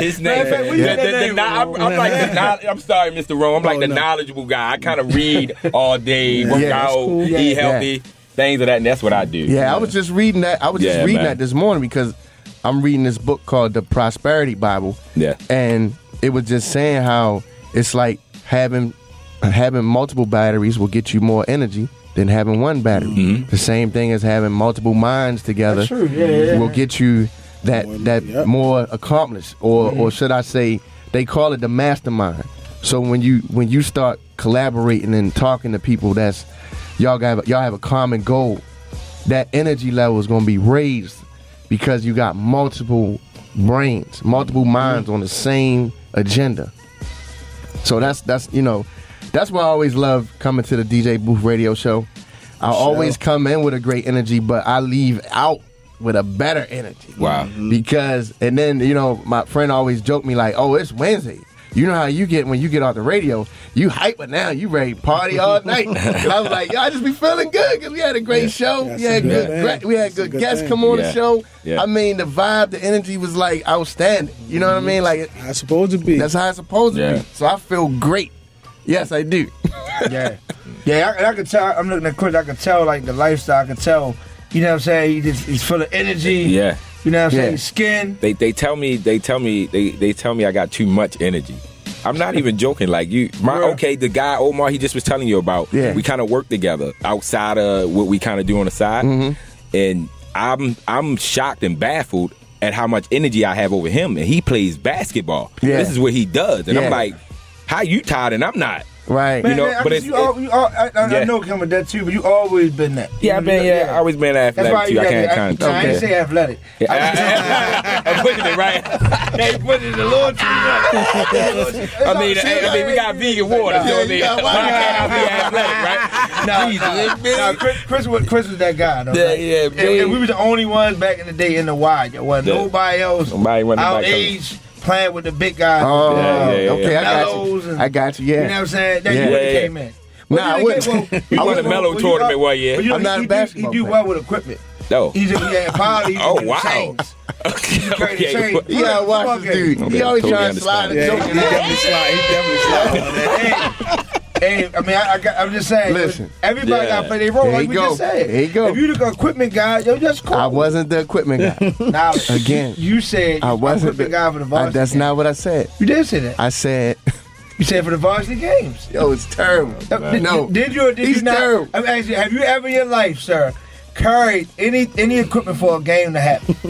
His name.
Matter of fact, we
the-
got
the-
that
the
name
kno- I'm,
wrong.
I'm like the kno- I'm sorry, Mr. Rome. I'm like the knowledgeable guy. I kind of read all day, work
Yeah, that's
out,
cool.
eat
Yeah.
healthy, things of that. And that's what I do.
Yeah, I was just reading that. I was
Yeah,
just reading
man.
that this morning because I'm reading this book called The Prosperity Bible.
Yeah.
And it was just saying how it's like having having multiple batteries will get you more energy than having one battery.
Mm-hmm.
The same thing as having multiple minds together
That's true. Yeah, yeah, yeah.
will get you that that more accomplished or or should I say they call it the mastermind. So when you when you start collaborating and talking to people that's y'all got y'all have a common goal that energy level is going to be raised because you got multiple brains, multiple minds on the same agenda. So that's that's you know, that's why I always love coming to the DJ Booth Radio Show. I always come in with a great energy, but I leave out with a better energy.
Wow.
Because and then you know my friend always joked me like, "Oh, it's Wednesday." You know how you get when you get off the radio, you hype, but now you ready to party all night. And I was like, "Yo, I just be feeling good because we had a great show.
That's
we had
a good
good,
thing.
gra- we had
That's a
good,
good
guests
thing.
come on
Yeah.
the show.
Yeah.
I mean, the vibe, the energy was like outstanding. You know what I mean? Like it-
I supposed to be.
that's how it's supposed
Yeah.
to be. So I feel great. Yes, I do.
yeah, yeah. I, and I could tell. I'm looking at Chris. I could tell like the lifestyle. I could tell. You know what I'm saying? He just, he's full of energy.
Yeah.
You know what I'm
Yeah.
saying? His skin.
They they tell me they tell me they they tell me I got too much energy. I'm not even joking. Like you, my
Yeah.
okay, the guy Omar, he just was telling you about.
Yeah.
we kind of work together outside of what we kind of do on the side,
Mm-hmm.
and I'm I'm shocked and baffled at how much energy I have over him, and he plays basketball.
Yeah.
This is what he does, and
Yeah.
I'm like, how you tired and I'm not.
Right.
Man, man, I
but
just-
it's,
you, al- you al- I, I, I
yeah.
know it come with that too, but you always been that.
Yeah, I've been- yeah, I always been athletic,
That's why
too.
you
I
got
can't
the-
count.
I, I ain't
Okay.
say athletic.
Yeah, I, am pushing it right. they pushing the little tree. I mean, I, I mean, we got vegan water, so I mean, why can't I be athletic, right? No,
Nah, Chris, Chris, was, Chris was that guy. Though.
Yeah,
Like,
yeah,
and-
big.
and we was the only ones back in the day in the wide. There wasn't
Yeah.
nobody else.
Nobody wasn't
our
nobody coming.
age playing with the big guys.
Oh,
Yeah, yeah, yeah.
okay. I got
Mellows
you.
and-
I got you. Yeah.
You know what I'm saying? That
Yeah.
you would've
Yeah, yeah.
came in.
Nah,
you
I
didn't
wouldn't.
get-
You
well,
won a
well,
mellow
well, you
tournament
are-
one year.
well, you know,
I'm
he-
not a
he do-
basketball
He do
player.
well with equipment.
No.
He's a yeah, probably. he's
Oh,
in the
wow.
chains.
Okay.
Chains.
well,
Put
Yeah,
a-
watch
fuck
this
it.
dude.
Okay,
he always
totally
trying to slide a
understand.
joke.
he definitely slide. He definitely slide on that.
Hey, I mean, I, I got, I'm just saying.
Listen.
everybody
Yeah.
got to play their role,
There
like
you
we
go.
just said.
There you go.
If you the equipment guy, yo, that's cool.
I wasn't the equipment guy.
Now,
Again.
you said
I wasn't
equipment guy for the
I-
varsity.
that's not what I said.
you did say that.
I said,
You said for the varsity games.
yo, it's terrible.
Did-
No.
Did, you or did
He's
you not?
terrible.
I'm asking you, have you ever in your life, sir, carried any any equipment for a game to happen?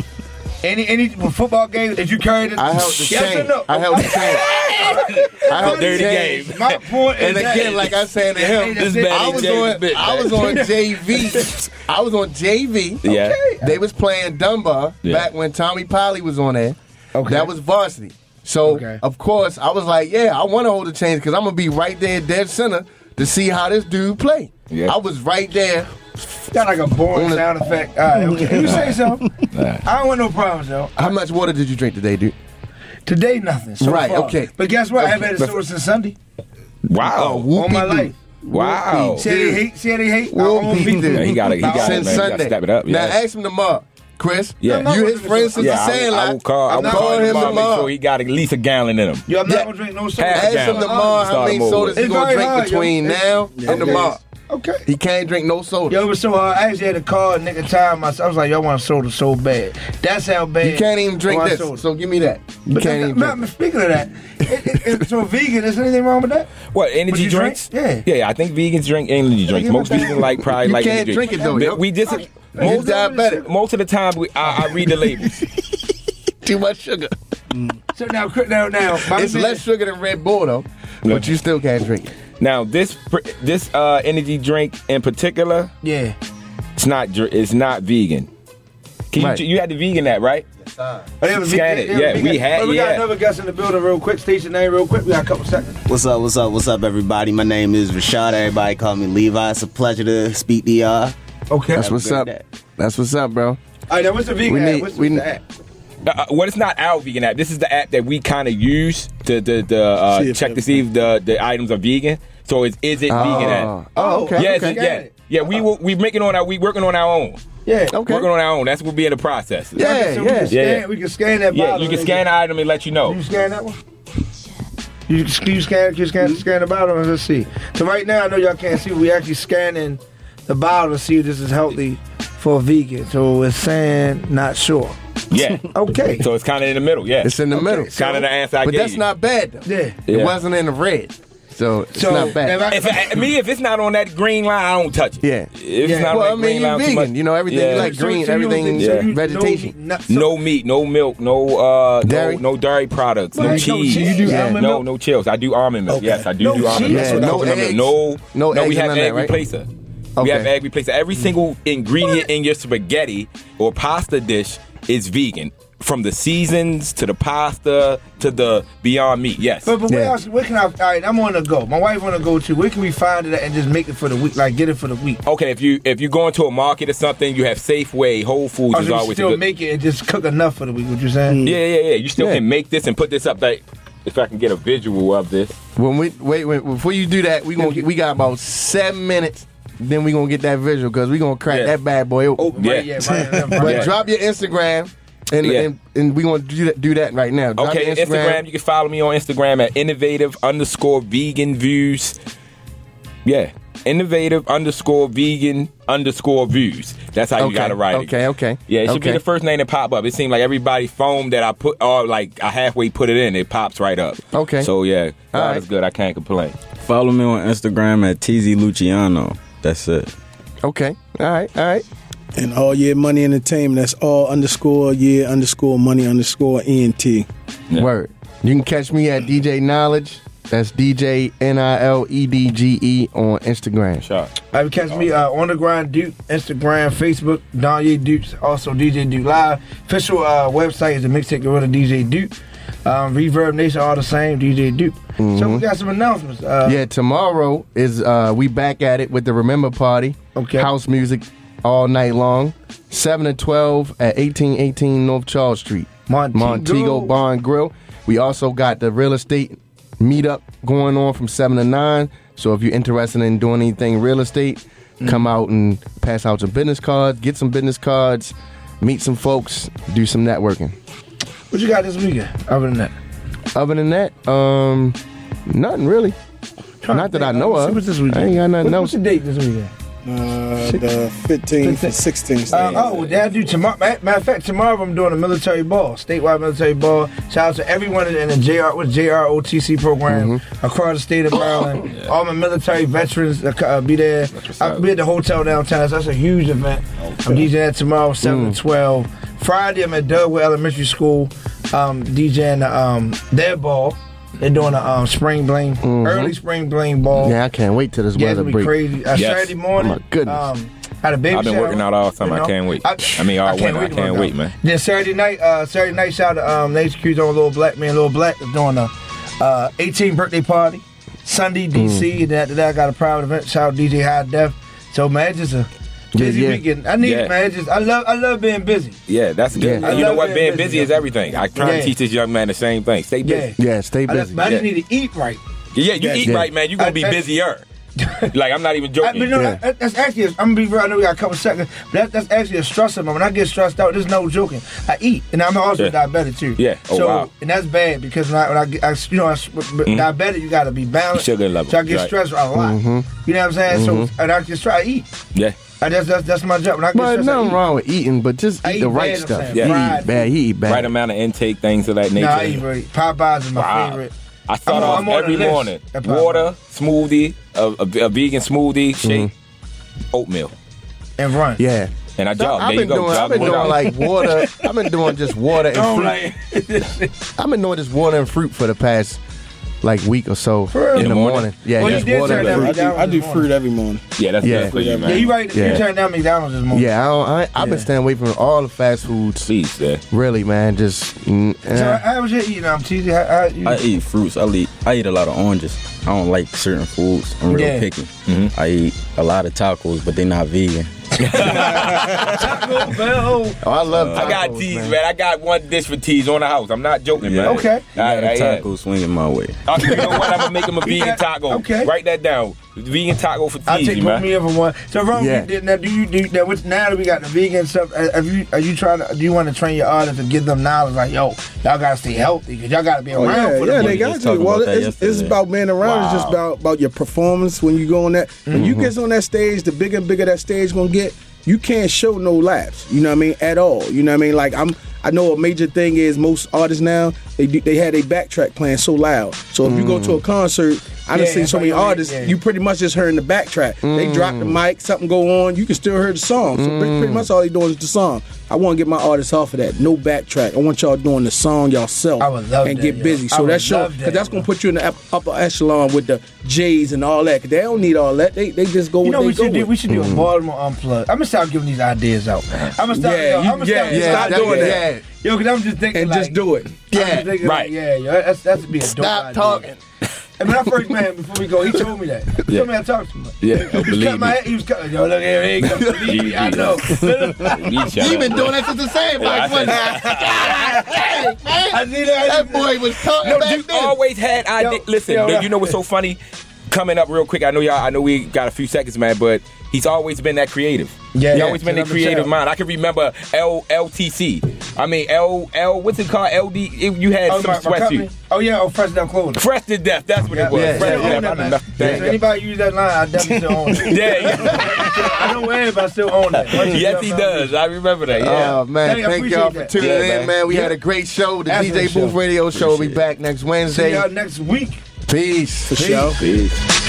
any any football game that you carried? it-
I held the
yes
chain.
Or no? Oh,
I held the chain. I held the
Dirty
chain.
game.
My point
And
is that-
again, like I said to him,
This
man
I
ain't
was
Jay
on,
Bit,
I
man.
was on JV. I was on JV.
Yeah.
They was playing Dumba
Yeah.
back when Tommy Polly was on there.
Okay.
That was varsity. So
Okay.
of course I was like, yeah, I want to hold the chains because I'm gonna be right there, dead center, to see how this dude play.
Yeah.
I was right there.
Got like a boring
Wanna-
sound effect. All right, okay. You say something. I don't want no problems though.
How much water did you drink today, dude?
Today, nothing. So
Right,
far.
okay.
But guess what? I haven't had a soda since Sunday.
Wow.
All my life.
Oh,
Wow.
See how they hate? See how they hate? I
Whoopie
almost beat them.
Yeah, he gotta- he
I
gotta-
almost-
since
man, you gotta
Sunday.
step it up,
Now
yes.
ask him tomorrow, Chris.
Yeah.
you his friend since
Yeah,
the
I,
sandlot.
I will call. I will
I'm
call
calling
him
him
tomorrow. Make
tomorrow.
sure he got at least a gallon in him.
Yo, I'm not
Yeah.
gonna drink no
Half
soda.
a
Ask
gallon.
him tomorrow
Start
how many
him over
sodas
with.
he
It's
gonna
very
drink
hard,
between
yo.
now and
Okay.
tomorrow.
Okay.
He can't drink no soda.
Yo, it was so hard. I actually had to call a nigga time myself. I was like, yo, I want soda so bad. That's how bad.
you can't even
I
drink
want
this.
soda.
So give me that. You
But
can't
that-
even.
but
Drink.
Speaking of that, it, it, it- so vegan, is there anything wrong with that?
What
But
energy
you drink?
drinks?
Yeah.
yeah, I think vegans drink energy drinks.
give me
Most
that.
vegans like probably
You
like
can't
energy
drink it, though,
But
yo.
We dis-
He's
most
diabetic.
most of the time we, I, I read the labels.
Too much sugar.
So now, Chris- now, now, my
It's
man-
less sugar than Red Bull though, but you still can't drink it.
now this pr- this uh, energy drink in particular,
Yeah.
it's not dr- it's not vegan. Can
Right.
you, you had the vegan app, right?
Oh, they was
Scan
vegan-
it.
they
Yeah,
was
we
vegan.
had-
But we got
yeah.
another guest in the building, real quick. Station name, real quick. We got a couple seconds.
What's up, what's up, what's up, everybody? My name is Rashad. Everybody call me Levi. It's a pleasure to speak to y'all.
Okay.
That's what's
great
up.
day.
That's what's up, bro.
All right, now what's the vegan?
We
app?
need-
what's
we
the
need-
app?
Uh, uh, well, it's not our vegan app. This is the app that we kind of use to the the uh,
See if
check to see if the the items are vegan. So it's is it vegan
Oh,
app?
oh okay.
Yes,
okay.
got
yeah,
it.
yeah. We will, we making on our we working on our own.
Yeah.
Okay.
Working on our own. That's what we in the process.
Yeah,
So we
yeah.
can scan,
Yeah.
We can scan that.
Yeah,
bottle
you can
and
scan the item and let you know.
You scan that one? You, you scan you scan
Mm-hmm.
scan the bottle and let's see. So right now I know y'all can't see, we actually scanning the bottle to see if this is healthy for a vegan. So it's saying not sure.
Yeah.
Okay.
So it's kind of in the middle. Yeah.
It's in the middle.
so-
kind of the answer I
But
gave
that's
you.
not bad though.
Yeah.
Yeah.
It wasn't in the red, so it's
So
not bad.
if I-
If I, me, if it's not on that green line, I don't touch it.
Yeah.
If it's
Yeah.
not
well, I
on that green
mean, you're
line, too much-
vegan. You know everything.
Yeah.
You like green.
so you don't
everything.
think- so you-
vegetation.
No, meat, no,
no meat, no milk, no uh,
Dairy?
no, no dairy products,
Right,
no
no
cheese.
cheese. You do
no,
almond
no,
milk?
chills. I do almond milk.
Okay.
Yes, I do
No
do almond
cheese?
milk.
Yeah,
That's
no
what I'm
eggs.
remembering. No,
No
no. We
eggs,
have
none of
egg
that, right?
replacer. We have
Okay.
egg replacer. Every
Mm.
single ingredient in your spaghetti or pasta dish is vegan. From the seasons to the pasta to the Beyond Meat. Yes.
But, but where
Yeah.
else? Where can I? All right, I'm on the go. My wife on the go too. Where can we find it at and just make it for the week? Like get it for the week.
Okay, if you if you go into a market or something, you have Safeway, Whole Foods
Or
is
should we
always a
Oh, still
good.
make it and just cook enough for the week? What you
Mm.
saying?
yeah, yeah, yeah. You still
Yeah.
can make this and put this up. Like, if I can get a visual of this.
When we wait, wait before you do that, we gonna get, we got about seven minutes. Then we gonna get that visual because we gonna crack
Yeah.
that bad boy open.
Open, right,
Yeah.
Oh, yeah, right, right, right.
But
Yeah.
drop your Instagram, and,
Yeah.
and and we gonna do that do that right now. Drop
Okay,
your
Instagram. You can follow me on Instagram at innovative underscore vegan views. Yeah, innovative underscore vegan underscore views. That's how
okay.
you gotta write it.
Okay, okay.
Yeah, it should
okay.
be the first name that pop up. It seemed like everybody phone that I put, or like I halfway put it in, it pops right up.
Okay.
So yeah,
All
God
right.
is good. I can't complain.
Follow me on Instagram at TZ Luciano. That's it.
Okay. All right. All right.
And all year money entertainment. That's all underscore E year underscore money underscore ent.
Yeah.
Word. You can catch me at DJ Knowledge That's DJ N I L E D G E on Instagram.
Shot.
I can catch me uh, on the grind Duke Instagram, Facebook, Donye Dukes, also DJ Duke Live. Official uh, website is the mixtape Gorilla DJ Duke. Um, Reverb Nation, all the same, DJ Duke. So we
Mhm.
got some announcements. Uh,
yeah, tomorrow is uh we back at it with the Remember Party. Okay. House music all night long. Seven to twelve at eighteen eighteen North Charles Street. Montego, Barn Grill. We also got the real estate meetup going on from seven to nine. So if you're interested in doing anything real estate,
Mm.
come out and pass out some business cards, get some business cards, meet some folks, do some networking.
What you got this weekend? Other than that,
other than that, um, nothing really. Not that I know
See
of.
what's this weekend?
I ain't got nothing
What-
else.
What's the date this weekend?
Uh, the 15th, 16th.
Uh, oh, well, yeah, I do tomorrow. ma- Matter of fact, tomorrow I'm doing a military ball, statewide military ball. Shout out to everyone in the JR with JROTC program across the state of Maryland. All my military veterans uh, co- uh, be there. I'll be at the hotel downtown. So that's a huge event. I'm DJing that tomorrow, seven to twelve. Friday, I'm at Dougwood Elementary School, um, DJing the, um, their ball. They're doing a um, spring bling, early spring bling ball.
Yeah, I can't wait till this
Oh. Yeah, it's
weather
gonna be
break.
crazy. Uh, Saturday morning.
My goodness.
Um, had a baby
I've been
shower,
working out all summer.
you
I
know?
can't wait. I, mean, all
I can't
winter. I
wait to
can't
work
wait,
out.
man.
Then Saturday night, uh, Saturday night, shout out to um, Nation Q's on Little Black Man. Little Black is doing a uh, 18 birthday party. Sunday,
Mm.
DC. And then after that, I got a private event. Shout out DJ High Def. So, man, it's just a busy
yeah.
weekend. I need
Yeah.
it, man. It's just, I love, I love being busy.
Yeah, that's good.
Yeah. I
You know
love
what?
being
Being
busy,
busy, is everything. I try
Yeah.
to teach this young man the same thing. Stay busy.
Yeah.
Yeah, stay
I love-
busy.
but I just
Yeah.
need to eat right.
Yeah, you eat
Yeah.
right, man. You're going to be
I- I-
busier. like, I'm not even
I,
joking.
but no, that, that's actually. I'm gonna be real. I know we got a couple seconds, but that, that's actually a stressor. moment. When I get stressed out, there's no joking. I eat, and I'm also
Yeah.
diabetic too.
Yeah. Oh,
so,
wow.
And that's bad because when I, when I, get, I you know, I, s- but- but
Mhm.
diabetic, you got to be balanced.
Sugar level,
So I get
right.
stressed a lot. You know what I'm saying?
Mhm.
So, and I just try to eat.
Yeah.
I just that's that's my job. When I get
But
stressed, I
nothing
eat.
wrong with eating, but just
I
eat
eat
the
bad,
right
I'm
stuff.
saying.
You
Fried.
eat bad. He eat bad.
Right amount of intake, things of that nature.
Nah, I eat right. Popeyes is my
Wow.
favorite.
I start
I'm on-
off
I'm on
every
the list
morning.
at Popeyes.
Water, smoothie, a, a- a vegan smoothie, shake, oatmeal.
And run.
Yeah.
And I jog.
I've
there
been
you go.
doing. I've
Jog
been
one
doing
hour.
like water. I've been doing just water and
Don't
fruit. I've been doing just water and fruit for the past like week or so
For real?
in, the morning. Yeah, just water and
I
fruit.
do, I do fruit every morning.
Yeah, that's
Yeah.
good for you, man.
Yeah, you right. You
Yeah.
turned down McDonald's this morning.
Yeah, I don't, I, I've been staying away from all the fast foods.
Please, yeah.
Really, man, just. mm, eh.
So how was your eating? I'm teasing. How, how you,
I eat fruits. I eat. I eat a lot of oranges. I don't like certain foods. I'm real
Yeah.
picky. Mm-hmm. I eat a lot of tacos, but they not vegan.
Bell.
Oh, I love.
I got
tacos,
teas, man.
man.
I got one dish for teas on the house. I'm not joking, man.
Okay.
All right, all right, yeah.
taco swinging my way.
Oh, you know what? I'm gonna make him a vegan taco. Okay. Write that down. Vegan taco for
I'll
teasy,
take
man.
one meal for one. So, Rome,
Yeah.
you did, now do you do now? With, now that we got the vegan stuff, uh, have you are you trying to? Do you want to train your artists to give them knowledge? Like, yo, y'all gotta stay healthy because y'all gotta be
Oh,
around for
yeah, yeah,
the
they
money.
got you. Well, it's, it's about being around. It's just
Wow.
about, about your performance when you go on that. When you get on that stage, the bigger and bigger that stage gonna get, you can't show no laps. You know what I mean? At all. You know what I mean? Like I'm, I know a major thing is most artists now they do, they had a backtrack playing so loud. So if you go to a concert, honestly,
Yeah,
so many
yeah, yeah,
artists,
yeah.
you pretty much just hearing the backtrack. They drop the mic, something go on, you can still hear the song. So pretty, pretty much all they doing is the song. I want to get my artists off of that. No backtrack. I want y'all doing the song yourself
I would love
and
that,
get
yo.
busy.
I
So
would
that's your,
love that,
because that's gonna put you in the up- upper echelon with the J's and all that. 'cause they don't need all that. They they just go.
You know,
what
we should
they go
do.
with. Mm-hmm.
We should do a Baltimore unplug. I'm gonna stop giving these ideas out. I'm gonna stop.
Yeah,
yo,
you-
I'm gonna
yeah,
stop,
yeah,
stop
stop
doing
doing
that. Yo, because I'm just thinking
And
like,
just do it.
I'm just thinking, like,
Right.
yeah, yo, that's that's be a dope
Stop
idea.
talking.
And when I first met him before we go, he told me that. He
Yeah.
told me I talked too much.
Yeah,
He was
believe
cutting my
me.
hair. He was cutting. Yo, look here, here he comes. Believe me, I know.
You've
that since the same
Yeah, I said-
I
need that.
That boy was talking
No, you always had
Yo,
ideas. Listen,
yo,
look, you know what's so funny? Coming up real quick. I know y'all. I know we got a few seconds, man. But he's always been that creative.
Yeah,
he
yeah,
always been
shout
that
out to
creative
Shaq.
mind. I can remember L L T C. I mean L L. What's it called? L D. You had
Oh,
some
my- my company?
sweatsuit.
Oh yeah, oh fresh down clothing.
Fresh to death. That's what
Yeah,
it was.
yeah,
Fresh
yeah,
to
yeah,
death. I
man.
remember that.
If anybody use that line, I definitely still own it.
Yeah,
I don't worry about still own that.
Yes, he does. I remember that. Yeah.
Oh man,
Hey, I
thank y'all for
appreciate
tuning
that. Yeah,
in,
man.
man. We
Yeah.
had a great show. The
Excellent
DJ Booth
show.
Radio Show. We'll be back next
See
Wednesday.
y'all next week.
Peace.
For sure.
Peace.